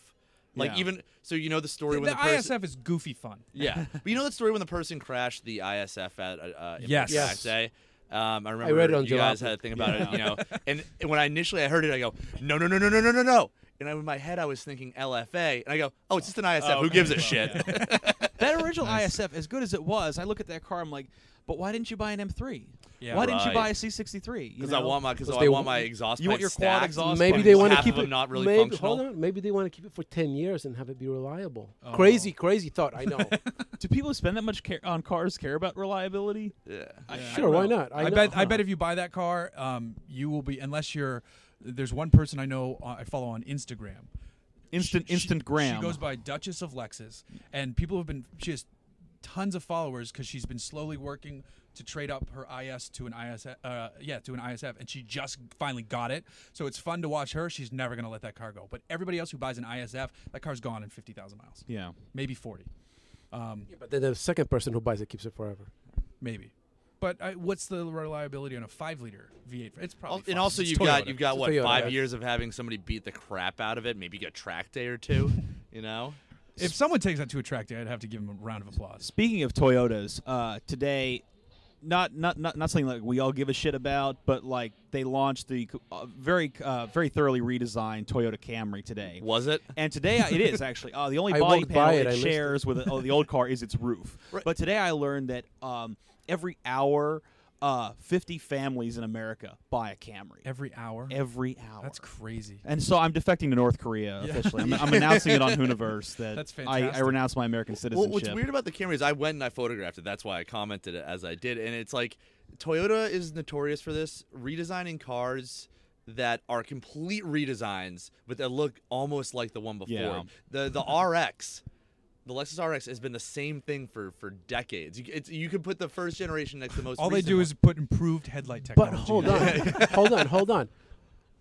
E: like
D: Yeah.
E: even so, you know the story
B: the
E: when the, person,
B: ISF is goofy fun.
E: yeah, but you know that story when the person crashed the ISF at uh, uh, in
B: Yes.
E: Paradise
B: Yes.
E: Day? Um, I remember
C: read it on
E: you guys
C: Jalopnik.
E: had a thing about it, you know. And when I initially I heard it, I go, no, no, no, no, no, no, no, no. And I, in my head, I was thinking LFA, and I go, oh, it's just an ISF. Who gives a shit?
D: that original ISF, as good as it was, I look at that car. I'm like, but why didn't you buy an M3?
B: Yeah.
D: why didn't you
E: Right.
D: buy a C63? You
E: Because I
D: know?
E: want my because
C: Because
E: I
C: they
E: want
C: wa-
E: my exhaust.
D: you want
E: pipe
D: your quad
E: stacked.
D: exhaust
C: maybe
D: pipe
C: they
D: stacked.
C: want to
E: Half
C: keep
E: of
C: it
E: them not really
C: maybe,
E: functional. Oh.
C: Hold on, maybe they want to keep it for ten years and have it be reliable. Crazy, crazy thought. I know.
D: Do people who spend that much care on cars care about reliability?
E: Yeah.
D: I- I
C: sure,
D: don't
C: why
D: know.
C: not?
B: I,
C: know.
B: bet. I bet if you buy that car, um, you will be unless you're. There's one person I know uh, I follow on Instagram.
D: Instant,
B: She-
D: instant gram.
B: She goes by Duchess of Lexus, and people have been. She has tons of followers because she's been slowly working to trade up her IS to an ISF. Uh, yeah, to an ISF, and she just finally got it. So it's fun to watch her. She's never gonna let that car go. But everybody else who buys an ISF, that car's gone in fifty thousand miles,
D: Yeah.
B: maybe forty, um,
C: Yeah, but then the second person who buys it keeps it forever.
B: maybe. But I, what's the reliability on a five liter V8? It's probably.
E: Al- and
B: fine.
E: also
B: It's
E: you've got
B: Toyota.
E: you've got
C: It's a
E: what
C: Toyota,
E: five
C: right?
E: years of having somebody beat the crap out of it. Maybe get a track day or two. you know,
B: If someone takes that to a track day, I'd have to give him a round of applause.
D: Speaking of Toyotas, uh, today, not, not not not something like we all give a shit about, but like they launched the uh, very uh, very thoroughly redesigned Toyota Camry today.
E: was it?
D: And today I- it is actually uh, the only
C: I
D: body
C: walked
D: panel
C: by
D: it,
C: it, I missed it.
D: shares with the- oh, the old car is its roof. But today I learned that um, every hour, uh, 50 families in America buy a Camry.
B: Every hour.
D: Every hour.
B: That's crazy.
D: And so I'm defecting to North Korea officially. I'm, I'm announcing it on Hooniverse that
B: That's
D: I, I
B: fantastic.
D: renounce my American
E: Well,
D: citizenship.
E: what's weird about the camera is I went and I photographed it. That's why I commented it as I did. And it's like Toyota is notorious for this redesigning cars that are complete redesigns, but that look almost like the one before.
D: Yeah.
E: The the RX the Lexus RX has been the same thing for for decades. You, c- it's, you can put the first generation next to the most.
B: All they
E: recent
B: do
E: one.
B: is put improved headlight
C: But
B: technology.
C: hold
B: in.
C: on, hold on, hold on.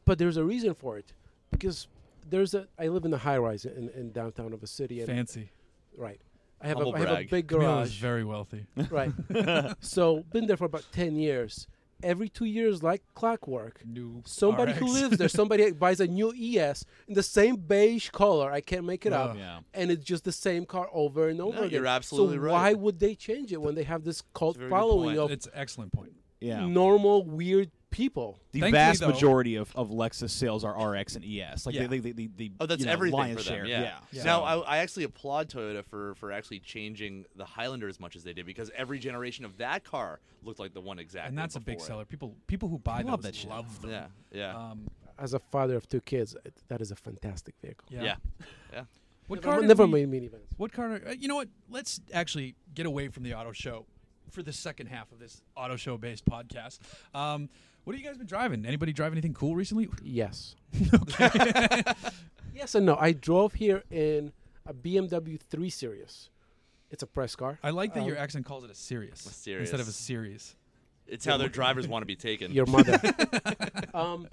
C: But there's a reason for it because there's a. I live in a high rise in, in downtown of a city, and
B: Fancy.
C: right, I have a,
E: Humble
C: I have a
E: brag.
C: big
B: Camille is
C: garage,
B: very wealthy.
C: right. so been there for about ten years. Every two years, like clockwork,
B: New
C: somebody who
B: RX.
C: lives there, somebody buys a new ES in the same beige color. I can't make it
B: Oh.
C: up.
D: Yeah.
C: and it's just the same car over and over
E: you're
C: again.
E: absolutely
C: so
E: right.
C: Why would they change it when they have this cult
E: a very good
C: following
E: point.
C: of
B: It's excellent point.
D: Yeah.
C: normal weird people?
D: The
B: Thankfully,
D: vast
B: though-
D: majority of, of Lexus sales are RX and ES. Like
B: Yeah.
D: they, they, they, they,
E: Oh, that's
D: you know,
E: everything
D: lion's
E: for them.
D: share.
E: Yeah.
B: Yeah.
E: Now, I, I actually applaud Toyota for for actually changing the Highlander as much as they did because every generation of that car looked like the one exactly.
B: And that's a big
E: before
B: seller. People people who buy
D: love
B: those
D: that shit.
B: love
E: it.
B: them.
E: Yeah, yeah,
B: Um,
C: As a father of two kids, it- that is a fantastic vehicle.
B: yeah.
E: yeah,
B: What
C: Never,
B: car did
C: never
B: we-
C: made minivans.
B: What car? uh, You know what? Let's actually get away from the auto show for the second half of this auto show based podcast. Um, what have you guys been driving? Anybody drive anything cool recently?
C: Yes. yes and no. I drove here in a BMW 3 Series. It's a press car.
B: I like that your
C: Um,
B: accent calls it a serious
E: Sirius.
B: instead of a series.
E: It's how their drivers want to be taken.
C: Your mother. um,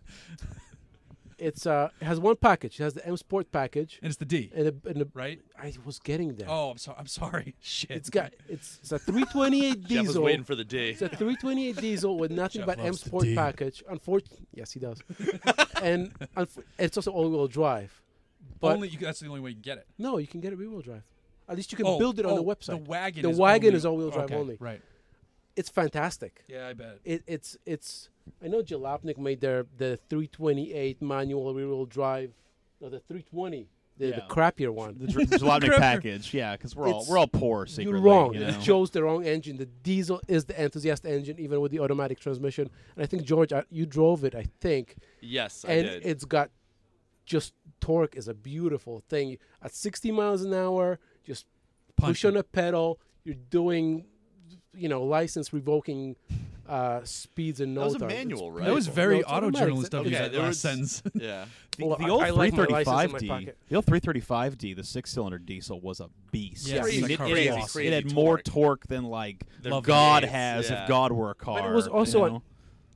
C: it's uh, it has one package. It has the M Sport package,
B: And it's the D,
C: and, a, and a,
B: right?
C: I was getting there.
B: Oh, I'm sorry. I'm sorry. Shit.
C: It's got it's, it's a 328
E: Jeff was
C: diesel.
E: waiting for the day.
C: It's a 328 diesel with nothing
B: Jeff
C: but M
B: loves the
C: Sport
B: D.
C: package. Unfortunately, yes, he does. and unf- it's also all-wheel drive. But
B: only you, that's the only way you can get it.
C: no, you can get it rear-wheel drive. At least you can
B: Oh,
C: build it on
B: oh,
C: the website.
B: The wagon.
C: The
B: is
C: wagon
B: only-
C: is all-wheel drive
B: okay,
C: only.
B: Right.
C: it's fantastic.
B: Yeah, I bet.
C: It, it's it's. I know Jalopnik made their the 328 manual rear-wheel drive, no, the 320, the, the
D: Yeah.
C: crappier one.
D: The dr- Jalopnik
B: Crap.
D: package. Yeah, because we're all
C: It's-
D: we're all poor secretly.
C: You're wrong.
D: You
C: They
D: know?
C: chose the wrong engine. The diesel is the enthusiast engine, even with the automatic transmission. And I think George, I, you drove it, I think,
E: yes, I
C: and
E: did.
C: it's got just torque is a beautiful thing. At 60 miles an hour, just push
B: Punch
C: on a pedal. You're doing, you know, license revoking uh, speeds and no
E: that was a
C: time. It's
E: manual, right?
B: That was very
C: it's
B: auto
C: automatic.
B: journalist of you.
E: Okay,
B: That
E: there
B: last
E: was-
B: sentence.
E: yeah.
D: The,
C: Well,
D: the
C: I-
D: old
C: I like my license in my
D: 335D.
C: pocket.
D: The old 335D, the six-cylinder diesel, was a beast.
B: Yeah,
D: I mean,
B: crazy,
D: it,
B: crazy,
D: it had,
E: crazy
D: it had more
E: torque.
D: torque than like
E: Their
D: God
E: blades,
D: has
E: yeah.
D: if God were a car.
C: But it was also
D: you
C: an-
D: know?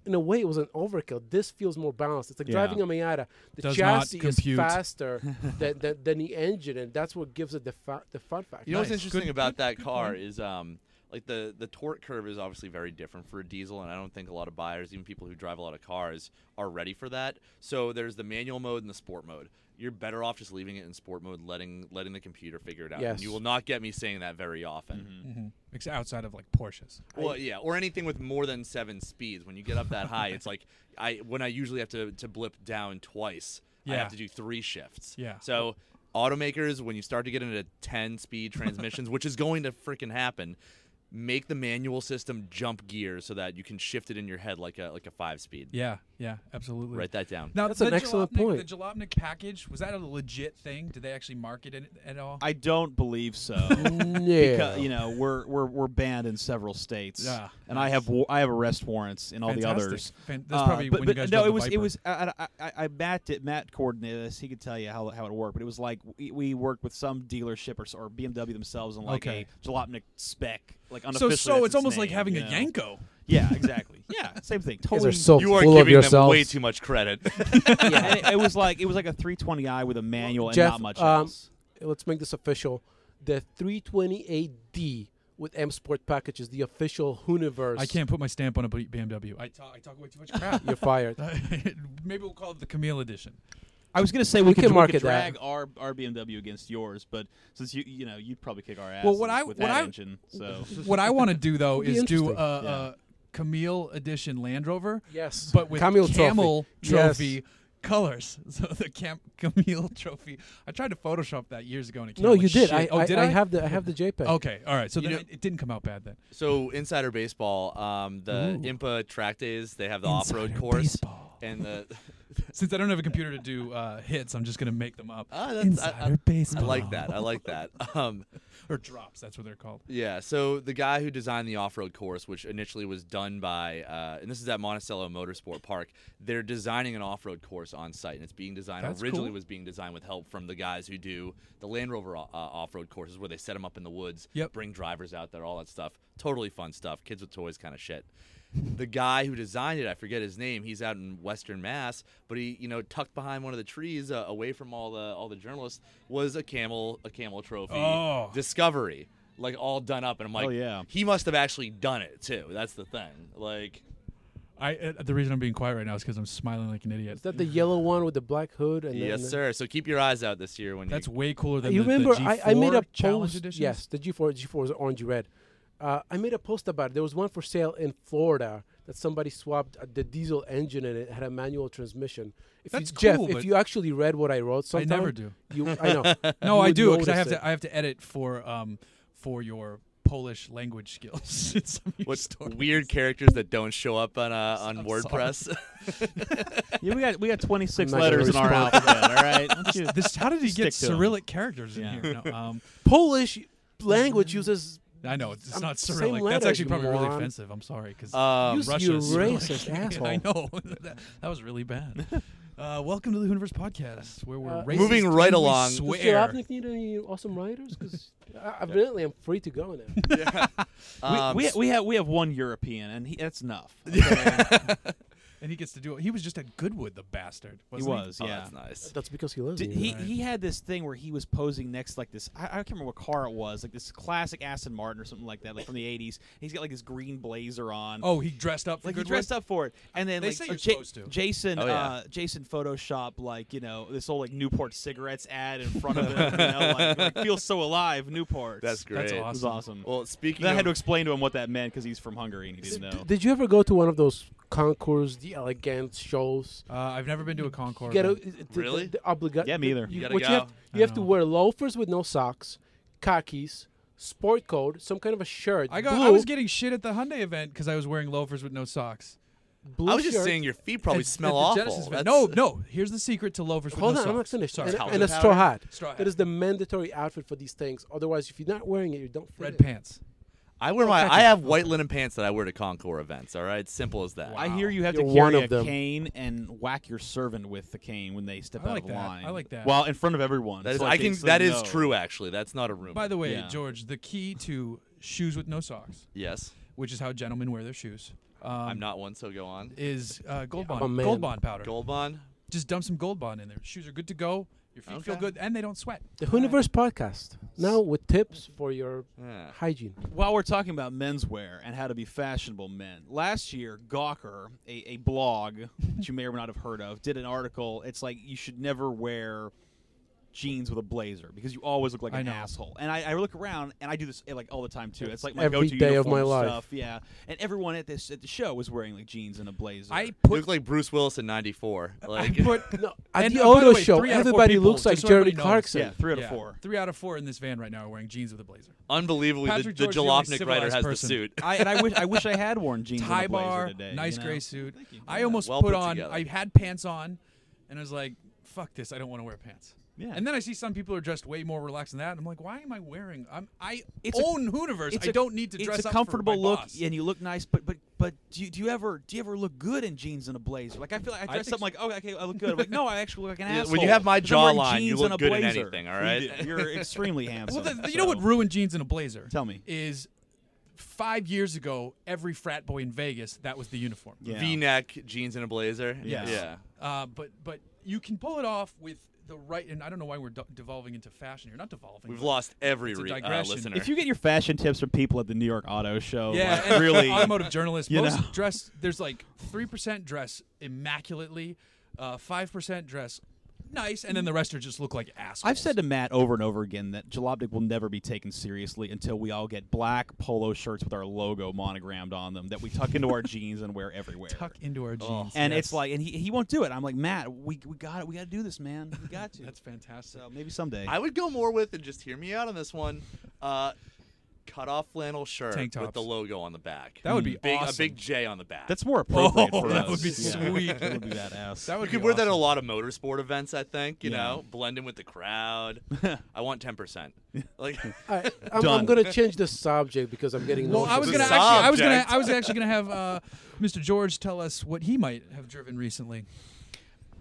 C: in a way, it was an overkill. This feels more balanced. It's like
D: Yeah.
C: driving a Miata. The
B: Does not
C: chassis is
B: compute.
C: faster than, than, than the engine, and that's what gives it the, fa- the fun factor.
E: You know what's
B: Nice.
E: interesting
B: Good-
E: about
B: good-
E: that
B: good
E: car
B: point.
E: is um like the the torque curve is obviously very different for a diesel and I don't think a lot of buyers, even people who drive a lot of cars, are ready for that. So there's the manual mode and the sport mode. You're better off just leaving it in sport mode, letting letting the computer figure it out. And you
C: Yes.
E: will not get me saying that very often.
B: Mhm. Except outside of like Porsches.
E: Well, yeah, or anything with more than seven speeds. When you get up that high, it's like I when I usually have to to blip down twice. I
B: Yeah.
E: have to do three shifts.
B: Yeah.
E: So automakers, when you start to get into ten speed transmissions, which is going to freaking happen, make the manual system jump gears so that you can shift it in your head like a like a five speed.
B: Yeah. Yeah. Absolutely.
E: Write that down.
B: Now
C: That's
B: the
C: an excellent
B: Jalopnik-
C: point.
B: The Jalopnik package was that a legit thing? Did they actually market it at all?
D: I don't believe so.
C: yeah.
D: Because, you know we're we're we're banned in several states,
B: Yeah.
D: and I have war- I have arrest warrants in all
B: Fantastic.
D: the others. Uh,
B: Fan- that's probably
D: but,
B: when you
D: but
B: guys
D: no,
B: drove
D: it
B: the
D: was it
B: Viper.
D: was I, I, I- I Matt did, Matt coordinated this. He could tell you how, how it worked, but it was like we, we worked with some dealership or, s- or BMW themselves on like
B: Okay.
D: a Jalopnik spec, like
B: so
D: unofficially.
B: so
D: that's
B: it's almost
D: name,
B: like having
D: you
B: a
D: know?
B: Yanko.
D: Yeah, exactly. Yeah, same thing.
C: You guys
D: Totally.
C: are so
E: you are
C: full of
E: giving
C: yourselves.
E: them way too much credit.
D: yeah, and it, it was like it was like a 320i with a manual and
C: Jeff,
D: not much
C: um,
D: else.
C: Let's make this official. The 328D with M Sport package is the official Hooniverse.
B: I can't put my stamp on a B- BMW. I talk I talk way too much crap.
C: You're fired.
B: Maybe we'll call it the Camille edition.
D: I was gonna say we, could,
C: can
D: we
C: market
D: could
C: that.
D: drag our our BMW against yours, but since you you know you'd probably kick our ass.
B: Well, what I-
D: with
B: what
D: that
B: I-
D: engine, so
B: What I want to do though
C: It'd be
B: is do a,
C: interesting.
B: a Camille edition Land Rover,
C: Yes.
B: but with
C: Camille trophy.
B: camel
C: Yes.
B: colors. So the Cam- Camille trophy. I tried to Photoshop that years ago and it came
C: No,
B: out
C: you
B: like
C: did.
B: shit.
C: I,
B: oh,
C: I,
B: did I,
C: I have the I have the JPEG.
B: Okay, all right. So
E: You
B: then
E: know-
B: it- it didn't come out bad then.
E: So Insider Baseball, um, the
B: Ooh.
E: IMPA track days, they have the
B: Insider
E: off-road course
B: baseball.
E: and the.
B: Since I don't have a computer to do uh, hits, I'm just gonna make them up.
E: Ah, that's- I- I-
B: Insider baseball.
E: I like that. I like that. Um,
B: or drops. That's what they're called.
E: Yeah, so the guy who designed the off-road course, which initially was done by, uh, and this is at Monticello Motorsport Park, they're designing an off-road course on site, and it's being designed
B: That's
E: originally
B: cool.
E: was being designed with help from the guys who do the Land Rover uh, off-road courses, where they set them up in the woods,
B: Yep.
E: bring drivers out there, all that stuff. Totally fun stuff, kids with toys kind of shit. The guy who designed it, I forget his name. He's out in Western Mass, but he, you know, tucked behind one of the trees, uh, away from all the all the journalists, was a camel, a camel trophy
B: Oh.
E: discovery like all done up and i'm like
D: Hell yeah.
E: he must have actually done it too that's the thing like
B: I uh, the reason I'm being quiet right now is because I'm smiling like an idiot.
C: Is that the yellow one with the black hood? And
E: yes
C: then-
E: sir so keep your eyes out this year when
B: That's
E: you
B: way cooler than
C: you
B: the,
C: remember
B: the G4
C: I, I made a
B: challenge
C: post.
B: edition.
C: Yes, the G4 G4 is orange red. Uh, I made a post about it. There was one for sale in Florida that somebody swapped uh, the diesel engine and it had a manual transmission. If
B: That's
C: you, Jeff,
B: cool, but
C: if you actually read what I wrote,
B: I
C: sometime,
B: never do.
C: You, I know.
B: No,
C: Uh, you
B: I
C: would
B: do because I
C: notice
B: have
C: it.
B: to. I have to edit for um for your Polish language skills. in some of your
E: what
B: stories.
E: weird characters that don't show up on uh, on wordpress
D: yeah, we got we got 26
C: I'm not gonna
D: letters in our
C: respond.
D: alphabet. All right, Why don't you-
B: This how did he get
D: Stick to 'em.
B: Cyrillic characters in
D: Yeah.
B: here? No, um,
C: Polish language uses.
B: I know it's
C: I'm-
B: not
C: same
B: Cyrillic. That's
C: letters,
B: actually
C: you
B: probably really
C: moron.
B: offensive. I'm sorry because
E: um,
C: Use-
B: Russia
C: you
B: is Cyrillic.
C: racist
B: I
C: asshole.
B: know that, that was really bad. Uh, welcome to the Hooniverse podcast, where we're
C: Uh,
B: racist
E: Moving
B: and
E: right
B: we
E: along. Does
C: Does
B: Swear.
C: Jalopnik need any awesome riders? Because evidently I'm free to go now.
E: um,
D: we, we,
E: s-
D: we have we have one European, and he, that's enough.
B: and he gets to do it. He was just at Goodwood, the bastard.
D: he
B: Wasn't
D: was,
E: oh,
D: yeah.
E: that's nice
C: That's because he loves
D: Did,
C: me.
D: he
B: Right.
D: he had this thing where he was posing next to, like this. I, I can't remember what car it was, like this classic Aston Martin or something like that, like from the '80s. He's got like this green blazer on.
B: Oh, he dressed up for
D: like he
B: Goodwood.
D: dressed up for it, and then
B: They
D: like
B: say
D: uh,
B: you're
D: Ja-
B: supposed to.
D: Jason,
E: Oh, yeah.
D: uh, Jason Photoshop like you know this old like Newport cigarettes ad in front of him. you know, like, like feels so alive, Newport.
E: that's great
B: That's
D: It was
B: awesome.
D: awesome.
E: well speaking
D: then I
E: of,
D: had to explain to him what that meant because he's from Hungary and he didn't know.
C: D- Did you ever go to one of those concours, the elegance shows?
B: Uh, I've never been to a Concord.
C: get a,
B: but-
C: it- it-
E: Really?
C: The, the obliga-
D: Yeah, me
C: the-
D: either.
E: You gotta
C: what You have,
E: go.
C: you have to
B: know.
C: wear loafers with no socks, khakis, sport coat, some kind of a shirt.
B: I got.
C: Blue,
B: I was getting shit at the Hyundai event because I was wearing loafers with no socks.
C: blue
E: i was just
C: shirt.
E: saying your feet probably
B: At-
E: smell
B: at the
E: awful
B: Genesis event.
E: That's-
B: No, no. Here's the secret to loafers with
C: Hold
B: no
C: on,
B: socks.
C: I'm not finished.
B: Sorry.
C: And,
E: Talcum
C: and a
E: powder?
C: straw hat.
B: Straw hat.
C: That is the mandatory outfit for these things. Otherwise, if you're not wearing it, you don't fit.
B: Red
C: in.
B: pants.
E: i wear my i
B: khakis.
E: have white linen pants that i wear to concours events all right simple as that
D: I hear you have
C: You're
D: to
C: one
D: carry
C: of
D: a
C: them.
D: cane and whack your servant with the cane when they step
B: I
D: out
B: like
D: of the
B: that.
D: line.
B: I like that.
D: Well, in front of everyone.
E: that is
D: so
E: i
D: like they-
E: can
D: so
E: that
D: they
E: is
D: know.
E: true actually that's not a rumor
B: By the way,
D: Yeah.
B: George, the key to shoes with no socks,
E: yes
B: which is how gentlemen wear their shoes, um,
E: i'm not one so go on
B: is uh, gold
C: a
B: bond.
C: Oh, man.
B: Gold bond powder.
E: gold bond
B: Just dump some gold bond in there. Shoes are good to go. Your feet feel
E: Okay.
B: good, and they don't sweat.
C: The Hooniverse podcast now with tips for your
E: Yeah.
C: hygiene.
D: While we're talking about menswear and how to be fashionable men, last year Gawker, a, a blog that you may or may not have heard of, did an article. It's like you should never wear jeans with a blazer because you always look like
B: I
D: an
B: know.
D: asshole. And I, I look around and I do this eh, like all the time too. It's like my
C: Every
D: go-to
C: day of
D: uniform
C: my life.
D: stuff. Yeah, and everyone at this at the show was wearing like jeans and a blazer.
B: I
E: You
B: put.
E: look like bruce willis in 94
B: I
E: like
B: put.
C: No, at
B: And,
C: the
B: uh, by
C: auto
B: way,
C: show,
B: three out of four
C: everybody
B: people,
C: looks like
B: just so everybody
C: Jeremy
B: knows.
C: Clarkson.
D: yeah, three out
B: Yeah,
D: of four.
B: Three out of four in this van right now are wearing jeans with a blazer.
E: Unbelievably,
B: Patrick
E: the, the
B: George is the only
E: Jalopnik writer
B: civilized
E: has
B: person.
E: the suit.
D: I, and I wish I wish I had worn jeans and
B: tie
D: a blazer
B: bar,
D: today.
B: nice
D: you know?
B: gray suit. I almost
E: Well
B: put
E: put
B: on.
E: together.
B: I had pants on, and I was like, "Fuck this! I don't want to wear pants."
D: Yeah.
B: And then I see some people are dressed way more relaxed than that, and I'm like, "Why am I wearing? I'm I
D: It's a-
B: own Hooniverse. I
D: a-
B: don't need to dress
D: It's a
B: up
D: comfortable
B: for my
D: look,
B: boss."
D: and you look nice. But but but do you, do you ever do you ever look good in jeans and a blazer? Like I feel like I dress
B: think
D: up I'm like oh okay I look good. I'm like no I actually look like an
E: Yeah,
D: asshole.
E: when you have my
D: 'Cause I'm wearing
E: jawline, you
D: jeans
E: look
D: and a
E: good in
D: blazer.
E: anything, all
D: You
E: right?
D: do. You're extremely handsome.
B: well, the, the- you know what
D: so-
B: ruined jeans and a blazer?
D: Tell me.
B: is five years ago, every frat boy in Vegas that was the uniform.
D: Yeah.
E: V-neck, jeans, and a blazer.
D: Yes.
E: Yeah.
B: Uh, but but you can pull it off with the right. And I don't know why we're de- devolving into fashion here. Not devolving.
E: We've
B: but-
E: lost every
B: It's a
E: re- uh,
B: digression.
E: listener.
D: If you get your fashion tips from people at the New York Auto Show,
B: Yeah,
D: like,
B: and
D: really.
B: automotive journalists.
D: you
B: most
D: know.
B: dress there's like three percent dress immaculately, uh, five percent dress nice, and then the rest are just look like assholes.
D: I've said to Matt over and over again that Jalopnik will never be taken seriously until we all get black polo shirts with our logo monogrammed on them that we tuck into our jeans and wear everywhere.
B: tuck into our jeans,
D: and
B: yes.
D: it's like, and he, he won't do it. I'm like, Matt, we we got it. We got to do this, man. We got to.
B: that's fantastic.
D: so maybe someday.
E: I would go more with, and just hear me out on this one, uh, cutoff flannel shirt
B: Tank
E: with the
B: tops.
E: logo on the back.
B: That would be
E: big,
B: awesome.
E: a big J on the back.
D: That's more appropriate
B: Oh,
D: for
B: that
D: us.
B: would be sweet.
D: that would be badass.
B: That would
E: you could
B: be
E: wear that at a
B: awesome.
E: lot of motorsport events, I think. You
D: Yeah.
E: know, blend in with the crowd. I want ten percent. Like,
C: All right, I'm, I'm
D: Done.
C: gonna change the subject because I'm getting.
B: Well, I was
C: nauseous.
B: gonna
E: The
B: actually, I was gonna,
E: subject.
B: I was actually gonna have uh, Mr. George tell us what he might have driven recently.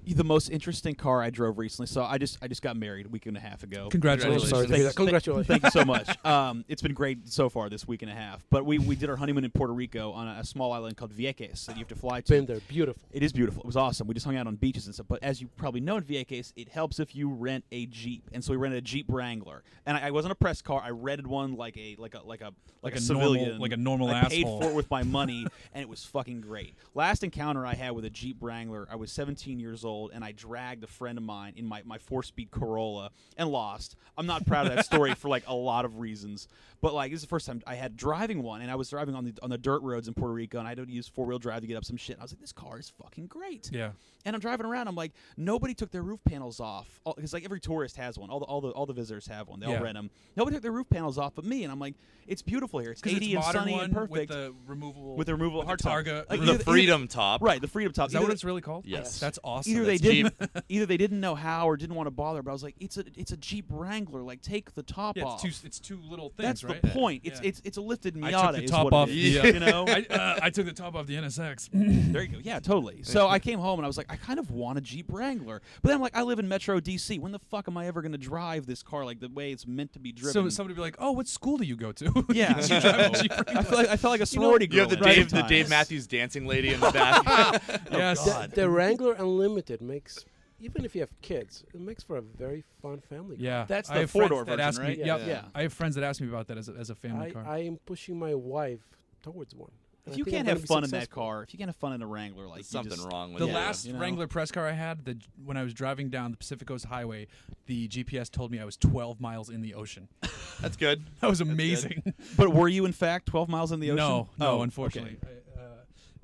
D: the most interesting car I drove recently. So I just I just got married a week and a half ago.
B: Congratulations!
E: Congratulations.
C: Sorry to hear that. Congratulations.
D: Thank you so much. Um, it's been great so far this week and a half. But we, we did our honeymoon in Puerto Rico on a, a small island called Vieques that you have to fly to.
C: Been there, beautiful.
D: It is beautiful. It was awesome. We just hung out on beaches and stuff. But as you probably know in Vieques, it helps if you rent a Jeep. And so we rented a Jeep Wrangler. And I, I wasn't a press car. I rented one like a like a like a like,
B: Like
D: a,
B: a normal-
D: civilian.
B: like a normal
D: I paid
B: asshole.
D: for it with my money and it was fucking great. Last encounter I had with a Jeep Wrangler, I was 17 years old and I dragged a friend of mine in my, my four speed Corolla and lost. I'm not proud of that story for like a lot of reasons, but like this is the first time I had driving one and I was driving on the on the dirt roads in Puerto Rico and I don't use four wheel drive to get up some shit. And I was like, this car is fucking great.
B: Yeah.
D: And I'm driving around. I'm like, nobody took their roof panels off because like every tourist has one. All the all the all the visitors have one. They
B: Yeah.
D: all rent them. Nobody took their roof panels off, but me. And I'm like, it's beautiful here. It's
B: 'Cause
D: 80
B: it's
D: and
B: modern
D: sunny
B: one
D: and perfect
B: with the removable
D: with the removal
B: with
D: of hard
B: the Targa.
D: top. Like,
B: roof.
D: either-
E: the freedom top.
D: Right, the freedom top.
B: Is that
D: Either-
B: what it's really called?
E: Yes.
B: That's awesome.
D: Either they
B: That's
D: didn't, either they didn't know how or didn't want to bother. But I was like, it's a it's a Jeep Wrangler. Like, take the top
B: Yeah,
D: off.
B: it's two, it's two little things.
D: That's
B: right?
D: the point. It's
B: Yeah.
D: it's it's a lifted Miata.
B: I took the
D: is
B: top
D: what it
B: off.
D: is,
B: the, uh,
D: you know.
B: I, uh, I took the top off the NSX.
D: There you go. Yeah, totally. So I came home and I was like, I kind of want a Jeep Wrangler, but then I'm like, I live in Metro DC. When the fuck am I ever going to drive this car like the way it's meant to be
B: so
D: driven?
B: somebody would be like, "Oh, what school do you go to?"
D: yeah,
B: You drive a Jeep
D: I,
B: Wrangler.
D: feel like, I felt like a sorority
E: You have the
D: girl. in
E: Dave, the
D: times.
E: Dave Matthews dancing lady in the back.
D: Oh,
B: yes.
C: The, the Wrangler Unlimited makes, even if you have kids, it makes for a very fun family.
B: Yeah.
D: That's
B: I
D: the
B: have friends
D: four-door
B: that
D: version,
B: ask me-
D: right?
B: Yep.
E: Yeah.
B: I have friends that ask me about that as a, as a family
C: I,
B: car.
C: I am pushing my wife towards one. and
D: If
C: I
D: you
C: think I'm
D: can't
C: gonna
D: have
C: be
D: fun in that
C: successful.
D: car, if you can't have fun in a Wrangler, like you
E: There's something
D: just-
E: wrong with
B: The
E: it.
B: last
D: you know?
B: Wrangler press car I had, the when I was driving down the Pacific Coast Highway, the GPS told me I was 12 miles in the ocean.
E: That's good.
B: That was amazing.
D: But were you in fact 12 miles in the ocean?
B: no, no,
D: Oh,
B: unfortunately,
D: okay.
B: I, uh,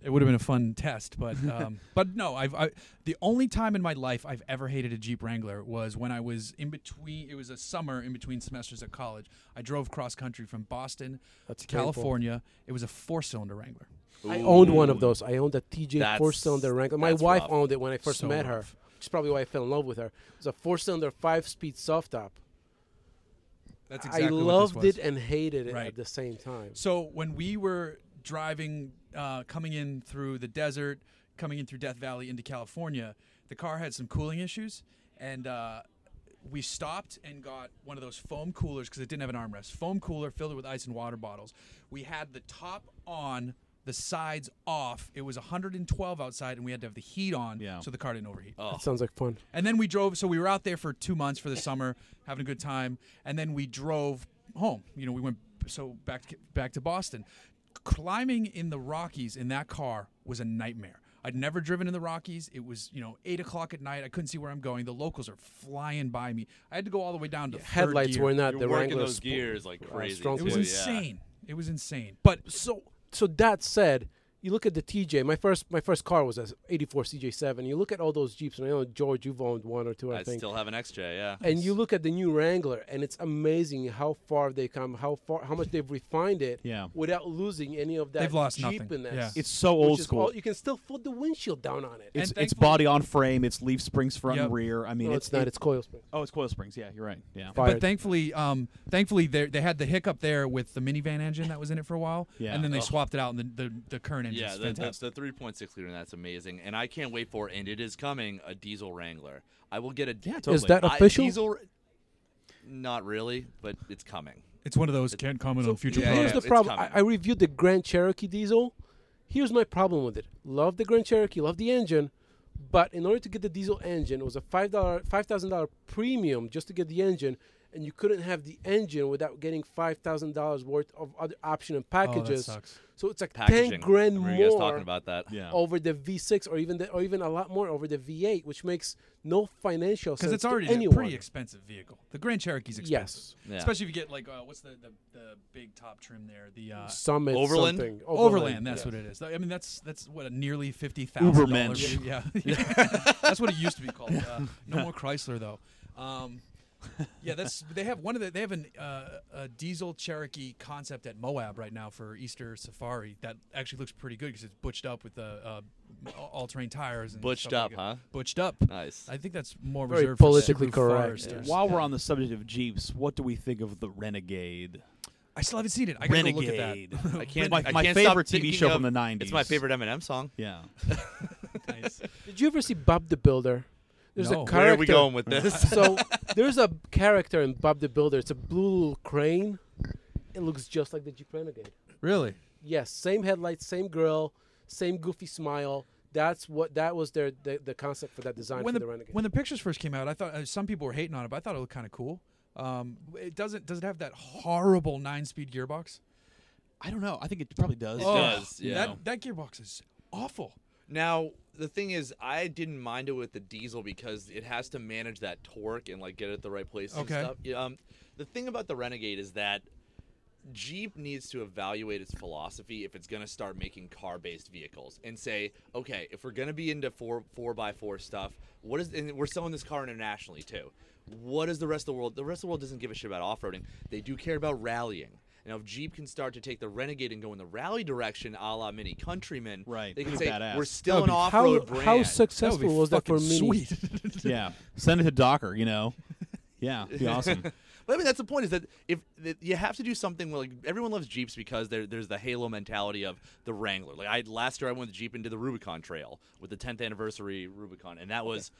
B: it would have been a fun test, but um, but no, I've I, the only time in my life I've ever hated a Jeep Wrangler was when I was in between. It was a summer in between semesters at college. I drove cross country from Boston
C: That's
B: to
C: painful.
B: California. It was a four-cylinder Wrangler.
C: I owned one of
E: Ooh.
C: those. I owned a TJ
E: That's-
C: four cylinder Wrangler. My
E: that's
C: wife
E: rough.
C: owned it when I first
B: So
C: met her,
B: rough.
C: which is probably why I fell in love with her. It was a four cylinder five speed soft top.
B: That's exactly
C: I
B: what this
C: loved
B: was.
C: it and hated it
B: Right.
C: at the same time.
B: So when we were driving, uh, coming in through the desert, coming in through Death Valley into California, the car had some cooling issues, and uh, we stopped and got one of those foam coolers because it didn't have an armrest. Foam cooler filled it with ice and water bottles. We had the top on. The sides off. It was 112 outside, and we had to have the heat on
D: Yeah.
B: so the car didn't overheat.
C: That sounds like fun.
B: And then we drove. So we were out there for two months for the summer, having a good time. And then we drove home. You know, we went so back to, back to Boston. Climbing in the Rockies in that car was a nightmare. I'd never driven in the Rockies. It was you know eight o'clock at night. I couldn't see where I'm going. The locals are flying by me. I had to go all the way down to third
C: Headlights
B: gear.
C: were not
E: You're uh,
C: the
E: working
C: Wrangler
E: those
C: spo-
E: gears like crazy.
C: strong
B: It was
E: too,
C: Yeah.
B: insane. It was insane. But
C: so so that said, you look at the TJ. My first my first car was a '84 CJ7. You look at all those Jeeps, and I know George, you've owned one or two,
E: Yeah.
C: I,
E: I
C: think.
E: still have an XJ. Yeah.
C: and you look at the new Wrangler, and it's amazing how far they come, how far, how much they've refined it,
D: Yeah.
C: without losing any of that.
B: They've lost nothing.
C: Jeepiness.
B: Yeah.
D: It's so
C: Which
D: old
C: is
D: school.
C: all- you can still put the windshield down on it.
D: it's
B: And
D: it's
B: thankfully-
D: body on frame. It's leaf springs front
B: Yep.
D: and rear. I mean,
C: no, it's, not.
D: it-
C: It's coil spring.
D: oh, it's coil springs. Yeah, you're right. Yeah.
C: Fired.
B: But thankfully, um, thankfully they they had the hiccup there with the minivan engine that was in it for a while,
D: Yeah.
B: and then they
E: Ugh.
B: swapped it out, and the the, the current engine
E: Yeah,
B: is
E: the, the,
B: fantastic.
E: the 3.6 liter, that's amazing. And I can't wait for, and it is coming, a diesel Wrangler. I will get a
D: Yeah,
E: I-
D: totally.
C: Is that official?
E: diesel, not really, but it's coming.
B: It's one of those can't comment on future
E: yeah,
B: products.
C: Here's the
E: it's
C: problem. I,
E: coming.
C: I reviewed the Grand Cherokee diesel. Here's my problem with it. Love the Grand Cherokee, love the engine, but in order to get the diesel engine, it was a five dollar, five thousand dollar premium just to get the engine, and you couldn't have the engine without getting five thousand dollars worth of other option and packages.
B: Oh, sucks.
C: So it's like
E: Packaging.
C: ten grand
E: I
C: more
E: remember you guys talking about that.
D: Yeah.
C: over the V6 or even the, or even a lot more over the V8, which makes no financial sense
B: because it's
C: to
B: already a
C: anyone.
B: pretty expensive vehicle. The Grand Cherokee's expensive,
C: Yes.
E: Yeah.
B: especially if you get like uh, what's the, the the big top trim there, the uh,
C: Summit
E: Overland?
C: something.
B: Overland. That's
C: yeah.
B: what it is. I mean, that's that's what a nearly fifty thousand dollars.
D: Ubermensch.
B: Yeah, that's what it used to be called. Uh, no more Chrysler though. Um, Yeah, that's they have one of the they have an uh, a diesel Cherokee concept at Moab right now for Easter safari that actually looks pretty good because it's butched up with the uh, all terrain tires. And
E: Butched
B: stuff like
E: up, huh?
B: that. Butched up.
E: Nice.
B: I think that's more
C: Very
B: reserved for
C: politically
B: Subaru
C: correct.
B: Foresters.
D: While we're on the subject of Jeeps, what do we think of the Renegade?
B: I still haven't seen it. I gotta go look at that.
D: Renegade.
E: I can't.
D: My-
E: I
D: my
E: can't stop
D: favorite TV
E: thinking
D: show
E: of-
D: from the 90s.
E: It's my favorite Eminem song.
D: Yeah.
C: Did you ever see Bob the Builder? There's
B: No.
C: a character.
B: Where
E: Where are we going with this?
C: so there's a character in Bob the Builder. It's a blue little crane. It looks just like the Jeep Renegade.
B: Really?
C: Yes, same headlights, same grill, same goofy smile. That's what that was their the, the concept for that design
B: When
C: for
B: the,
C: the, Renegade.
B: when the pictures first came out, I thought uh, some people were hating on it, but I thought it looked kind of cool. Um, it doesn't does it have that horrible nine speed gearbox?
D: I don't know. I think it probably does.
E: It does,
B: Ugh,
E: yeah.
B: That that gearbox is awful.
E: Now, the thing is, I didn't mind it with the diesel because it has to manage that torque and like get it at the right place
B: Okay.
E: and stuff. Yeah, Um, the thing about the Renegade is that Jeep needs to evaluate its philosophy if it's going to start making car-based vehicles and say, okay, if we're going to be into four four by four stuff, what is? And we're selling this car internationally too. What is the rest of the world? The rest of the world doesn't give a shit about off-roading. They do care about rallying. Now, if Jeep can start to take the Renegade and go in the rally direction, a la Mini Countryman,
D: Right,
E: They can
D: pretty
E: say
D: badass.
E: we're still an
C: How-
E: off-road
C: how,
E: brand.
B: That would be
C: successful was that for
B: fucking
C: Mini?
B: sweet.
D: Yeah. Send it to Docker, you know? Yeah. Be awesome.
E: But I mean, that's the point is that if that you have to do something, well, like everyone loves Jeeps because there, there's the halo mentality of the Wrangler. Like I last year, I went with Jeep into the Rubicon Trail with the 10th anniversary Rubicon, and that was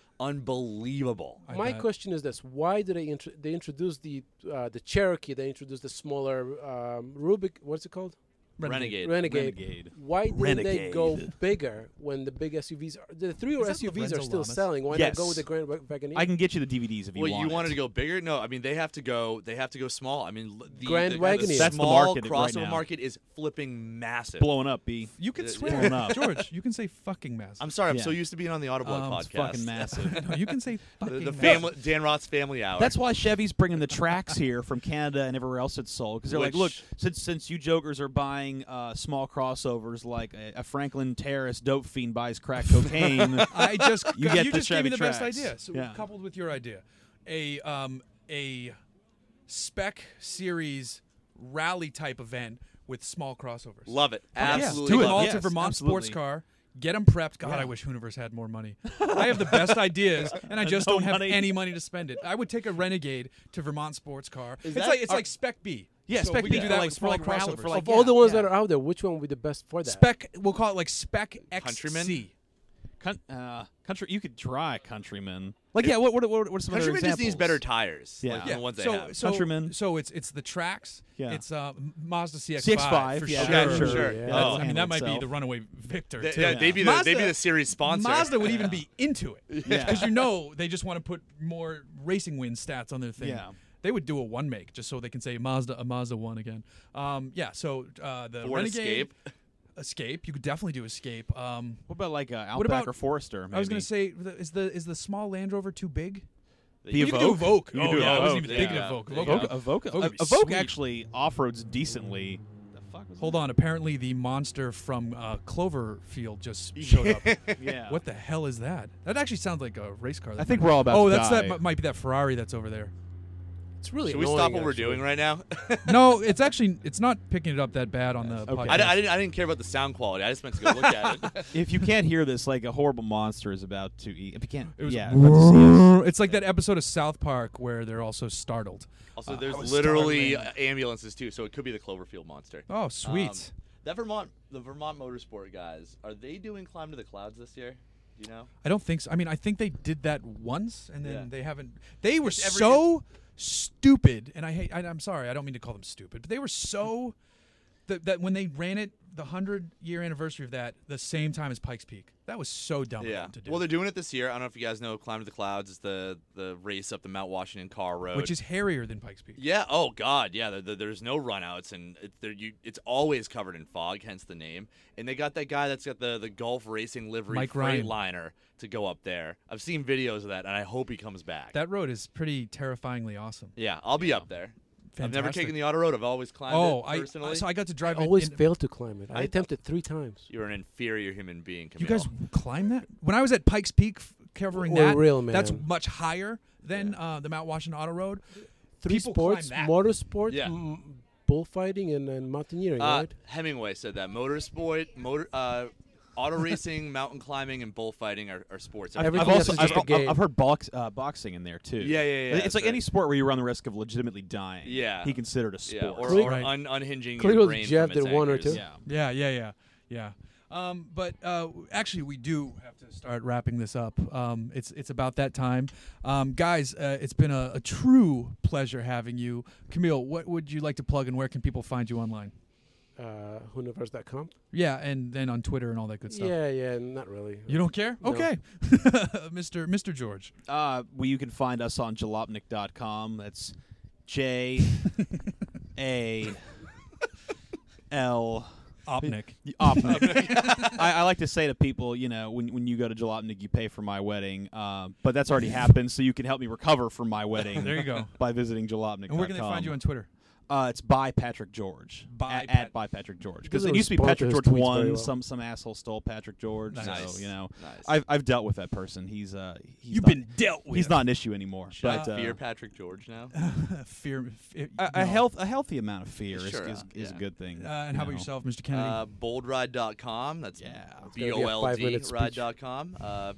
E: unbelievable.
B: I
C: My
B: bet.
C: question is this: Why did they intro- they introduce the uh, the Cherokee? They introduced the smaller um, Rubik. What's it called?
E: Renegade.
C: Renegade.
D: Renegade.
C: Why didn't they go
D: Renegade.
C: bigger when the big SUVs are the three or
B: Is that
C: SUVs are
B: Lorenzo
C: still
B: Lamas?
C: selling? Why not
E: Yes.
C: go with the Grand Wagoneer?
D: I can get you the DVDs if you
E: Well,
D: want.
E: you wanted
D: it.
E: to go bigger? No, I mean they have to go. They have to go small. I mean l- the
C: Grand
E: the,
C: Wagoneer.
E: The
D: That's the
E: small
D: market right
E: crossover
D: now.
E: market is flipping massive.
D: Blowing up, B.
B: You can
E: Yeah,
B: swear,
D: blown up.
B: George. You can say fucking massive.
E: I'm sorry, I'm
D: Yeah.
E: so used to being on the Audible
D: Um, it's
E: podcast.
D: fucking massive.
B: no, you can say
E: The,
B: fucking
E: the
B: massive.
E: family, Dan Roth's Family Hour.
D: That's why Chevy's bringing the tracks here from Canada and everywhere else it's sold because they're like, look,
E: Which-
D: since since you jokers are buying uh, small crossovers like a, a Franklin Terrace dope fiend buys crack cocaine,
B: I just
D: You
B: you,
D: get the
B: just gave me
D: Chevy
B: the best
D: tracks.
B: idea. So
D: Yeah.
B: coupled with your idea, a um a spec series rally type event with small crossovers.
E: love it.
B: Yeah, do
E: Absolutely. love
B: it
E: it.
B: all
D: Yes,
B: to Vermont sports
D: absolutely.
B: car. Get them prepped. God, I wish Hooniverse had more money. I have the best ideas, and I just
D: No
B: don't have
D: money.
B: any money to spend it. I would take a Renegade to Vermont sports car. it's
E: that-
B: like it's
E: are-
B: like Spec B.
D: Yeah,
B: So
D: Spec
B: we
D: B
B: Can do
D: for
B: that
D: like-
B: with
D: for
B: small
D: like rally-
B: crossovers.
D: for like-
C: of all the ones
D: yeah.
C: that are out there, which one would be the best for that?
B: Spec, we'll call it like Spec XC.
E: Countryman?
D: Con- uh, country, you could try Countryman. Like, yeah, what what what, what are some other
E: Countryman just
D: examples?
E: needs better tires.
D: Yeah.
E: like
D: Yeah,
E: Uh, the ones they
B: so,
E: have.
B: So,
D: Countryman.
B: So it's it's the tracks.
D: Yeah.
B: It's uh, M- Mazda CX-5.
D: CX-5,
B: for
D: yeah,
E: Okay,
B: sure.
E: sure. sure.
D: Yeah,
E: Oh,
B: I
D: that'll
B: mean,
D: handle
B: that might be
D: itself.
B: the runaway victor
E: Th-
B: too.
E: yeah, they'd be the they'd be
B: Mazda-
E: the series sponsor.
B: Mazda would even be into it because
D: Yeah.
B: you know they just want to put more racing win stats on their thing.
D: Yeah.
B: They would do a one make just so they can say Mazda a Mazda one again. Um, yeah. So uh, the
E: Ford
B: Renegade
E: Escape.
B: Escape. You could definitely do Escape. Um,
D: What about like uh, Outback
B: about-
D: or Forester? Maybe?
B: I was gonna say, the- is the is the small Land Rover too big?
D: the
B: you could do Evoque.
D: You could
B: oh
D: do
B: yeah, I wasn't
D: Evoque,
B: even
E: yeah.
B: thinking of Evoque.
E: There you
B: Evoque-
E: go.
D: Evoke,
B: Evoque would be
D: Evoke
B: sweet.
D: actually off roads decently. The fuck was
B: uh, Hold on. Apparently, the monster from uh, Cloverfield just showed up.
D: Yeah.
B: What the hell is that? That actually sounds like a race car.
D: I think we're all about
B: Oh,
D: to
B: that's
D: die.
B: that might be that Ferrari that's over there.
C: It's really
E: Should we stop
C: annoying,
E: what we're
C: actually.
E: doing right now?
B: no, it's actually it's not picking it up that bad on the podcast.
E: I, d- I didn't. I didn't care about the sound quality. I just meant to go look at it.
D: If you can't hear this, like a horrible monster is about to eat. If you can't,
B: It was
D: yeah. about to see us.
B: it's like that episode of South Park where they're also startled.
E: Also,
B: Uh,
E: there's
B: I was
E: literally
B: startling.
E: uh, ambulances too, so it could be the Cloverfield monster.
B: Oh,
E: Um,
B: sweet.
E: that Vermont, the Vermont Motorsport guys, are they doing Climb to the Clouds this year? Do you know?
B: I don't think so. I mean, I think they did that once, and then
E: Yeah.
B: they haven't. They were
E: It's every-
B: so stupid, and I hate. I, I'm sorry, I don't mean to call them stupid, but they were so that, that when they ran it, the hundred year anniversary of that, the same time as Pikes Peak. That was so dumb of
E: Yeah.
B: them to do.
E: Well, they're doing it this year. I don't know if you guys know Climb to the Clouds is the the race up the Mount Washington Car Road,
B: which is hairier than Pikes Peak.
E: Yeah. Oh God. Yeah. There, there- there's no runouts, and it, there, you, it's always covered in fog, hence the name. And they got that guy that's got the the Gulf Racing livery
B: Mike Ryan.
E: Freightliner to go up there. I've seen videos of that, and I hope he comes back.
B: That road is pretty terrifyingly awesome.
E: yeah, I'll be up there. I've never
B: Fantastic.
E: taken the auto road. I've always climbed
B: Oh,
E: it
B: I
E: personally.
B: so I got to drive.
C: I always
B: in,
C: fail to climb it. I,
E: I-
C: attempted three times.
E: You're an inferior human being.
B: You
E: Camille.
B: guys climb that? When I was at Pikes Peak f- covering
C: We're
B: that.
C: real,
B: That's
C: man.
B: much higher than uh, the Mount Washington Auto Road.
C: Three
B: People climb
C: sports:
B: that.
C: motorsport,
E: Yeah.
C: m- bullfighting, and, and mountaineering.
E: Uh,
C: right?
E: Hemingway said that motorsport, motor, uh, auto racing, mountain climbing, and bullfighting are, are sports.
C: Every-
D: I've
C: Everything else
D: also
C: is
D: I've,
C: just a
D: I've-
C: game.
D: I've heard box, uh, boxing in there too.
E: Yeah, yeah, yeah,
D: It's
E: that's
D: like
E: right.
D: any sport where you run the risk of legitimately dying.
E: Yeah.
D: he considered a sport.
E: yeah, or,
C: Cle-
E: or
B: Right.
E: un- unhinging
C: Clearly
E: your brain
C: Jeff
E: from its
C: did one or
E: anchors.
C: two.
D: yeah.
B: Yeah, yeah, yeah, yeah. Um, but uh, actually, we do have to start wrapping this up. Um, it's it's about that time, um, guys. Uh, it's been a, a true pleasure having you, Camille. What would you like to plug, and where can people find you online?
C: Uh, Hooniverse.com.
B: Yeah, and then on Twitter and all that good stuff.
C: Yeah, yeah, not really.
B: You don't care?
C: No.
B: Okay, Mr. Mr. George.
D: Uh, well, you can find us on jalopnik.com. That's J A L
B: Opnik.
D: Opnik. I, I like to say to people, you know, when, when you go to Jalopnik, you pay for my wedding. Uh, but that's already happened, so you can help me recover from my wedding.
B: There you go.
D: By visiting jalopnik.com.
B: And where can they find you on Twitter?
D: Uh, it's by Patrick George.
B: By
D: at,
B: Pat-
D: at by Patrick George because
C: Doesn't
D: it used to be
C: respond
D: Patrick
C: to his
D: George
C: tweets
D: one.
C: very well.
D: Some some asshole stole Patrick George.
B: Nice.
D: So you know,
E: Nice.
D: I've I've dealt with that person. He's uh he's
B: You've
D: not-
B: been dealt with.
D: He's not an issue anymore.
E: Should
D: but
E: I
D: uh,
E: fear Patrick George now.
B: fear. fear
D: a, a
B: no.
D: health a healthy amount of fear is
E: Sure,
D: is,
E: uh,
D: is a
E: yeah.
D: good thing.
B: Uh, and how about
D: you know.
B: yourself, Mr. Kennedy?
E: Uh, boldride.com. That's
D: Yeah. It's
E: B
C: gonna
E: O
C: be a
E: L D
C: five-minute speech.
E: ride.com. Uh,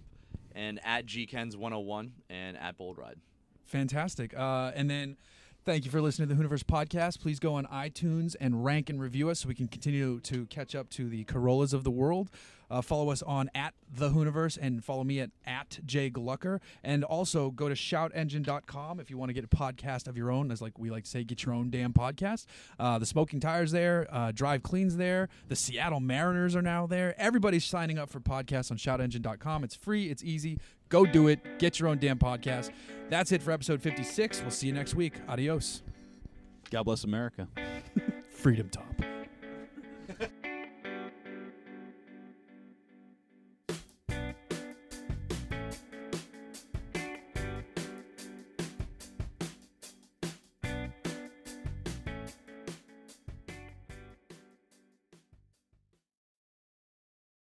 E: and at GKens101 and at boldride.
B: Fantastic. Uh, and then thank you for listening to the Hooniverse podcast. Please go on iTunes and rank and review us so we can continue to catch up to the Corollas of the world. Uh, follow us on at the Hooniverse and follow me at, at Jay Glucker. And also go to shoutengine.com if you want to get a podcast of your own. As like we like to say, get your own damn podcast. Uh, the Smoking Tires there, uh, Drive Cleans there, the Seattle Mariners are now there. Everybody's signing up for podcasts on shoutengine.com. It's free, it's easy. Go do it. Get your own damn podcast. That's it for episode 56. We'll see you next week. Adios.
D: God bless America.
B: Freedom Tom.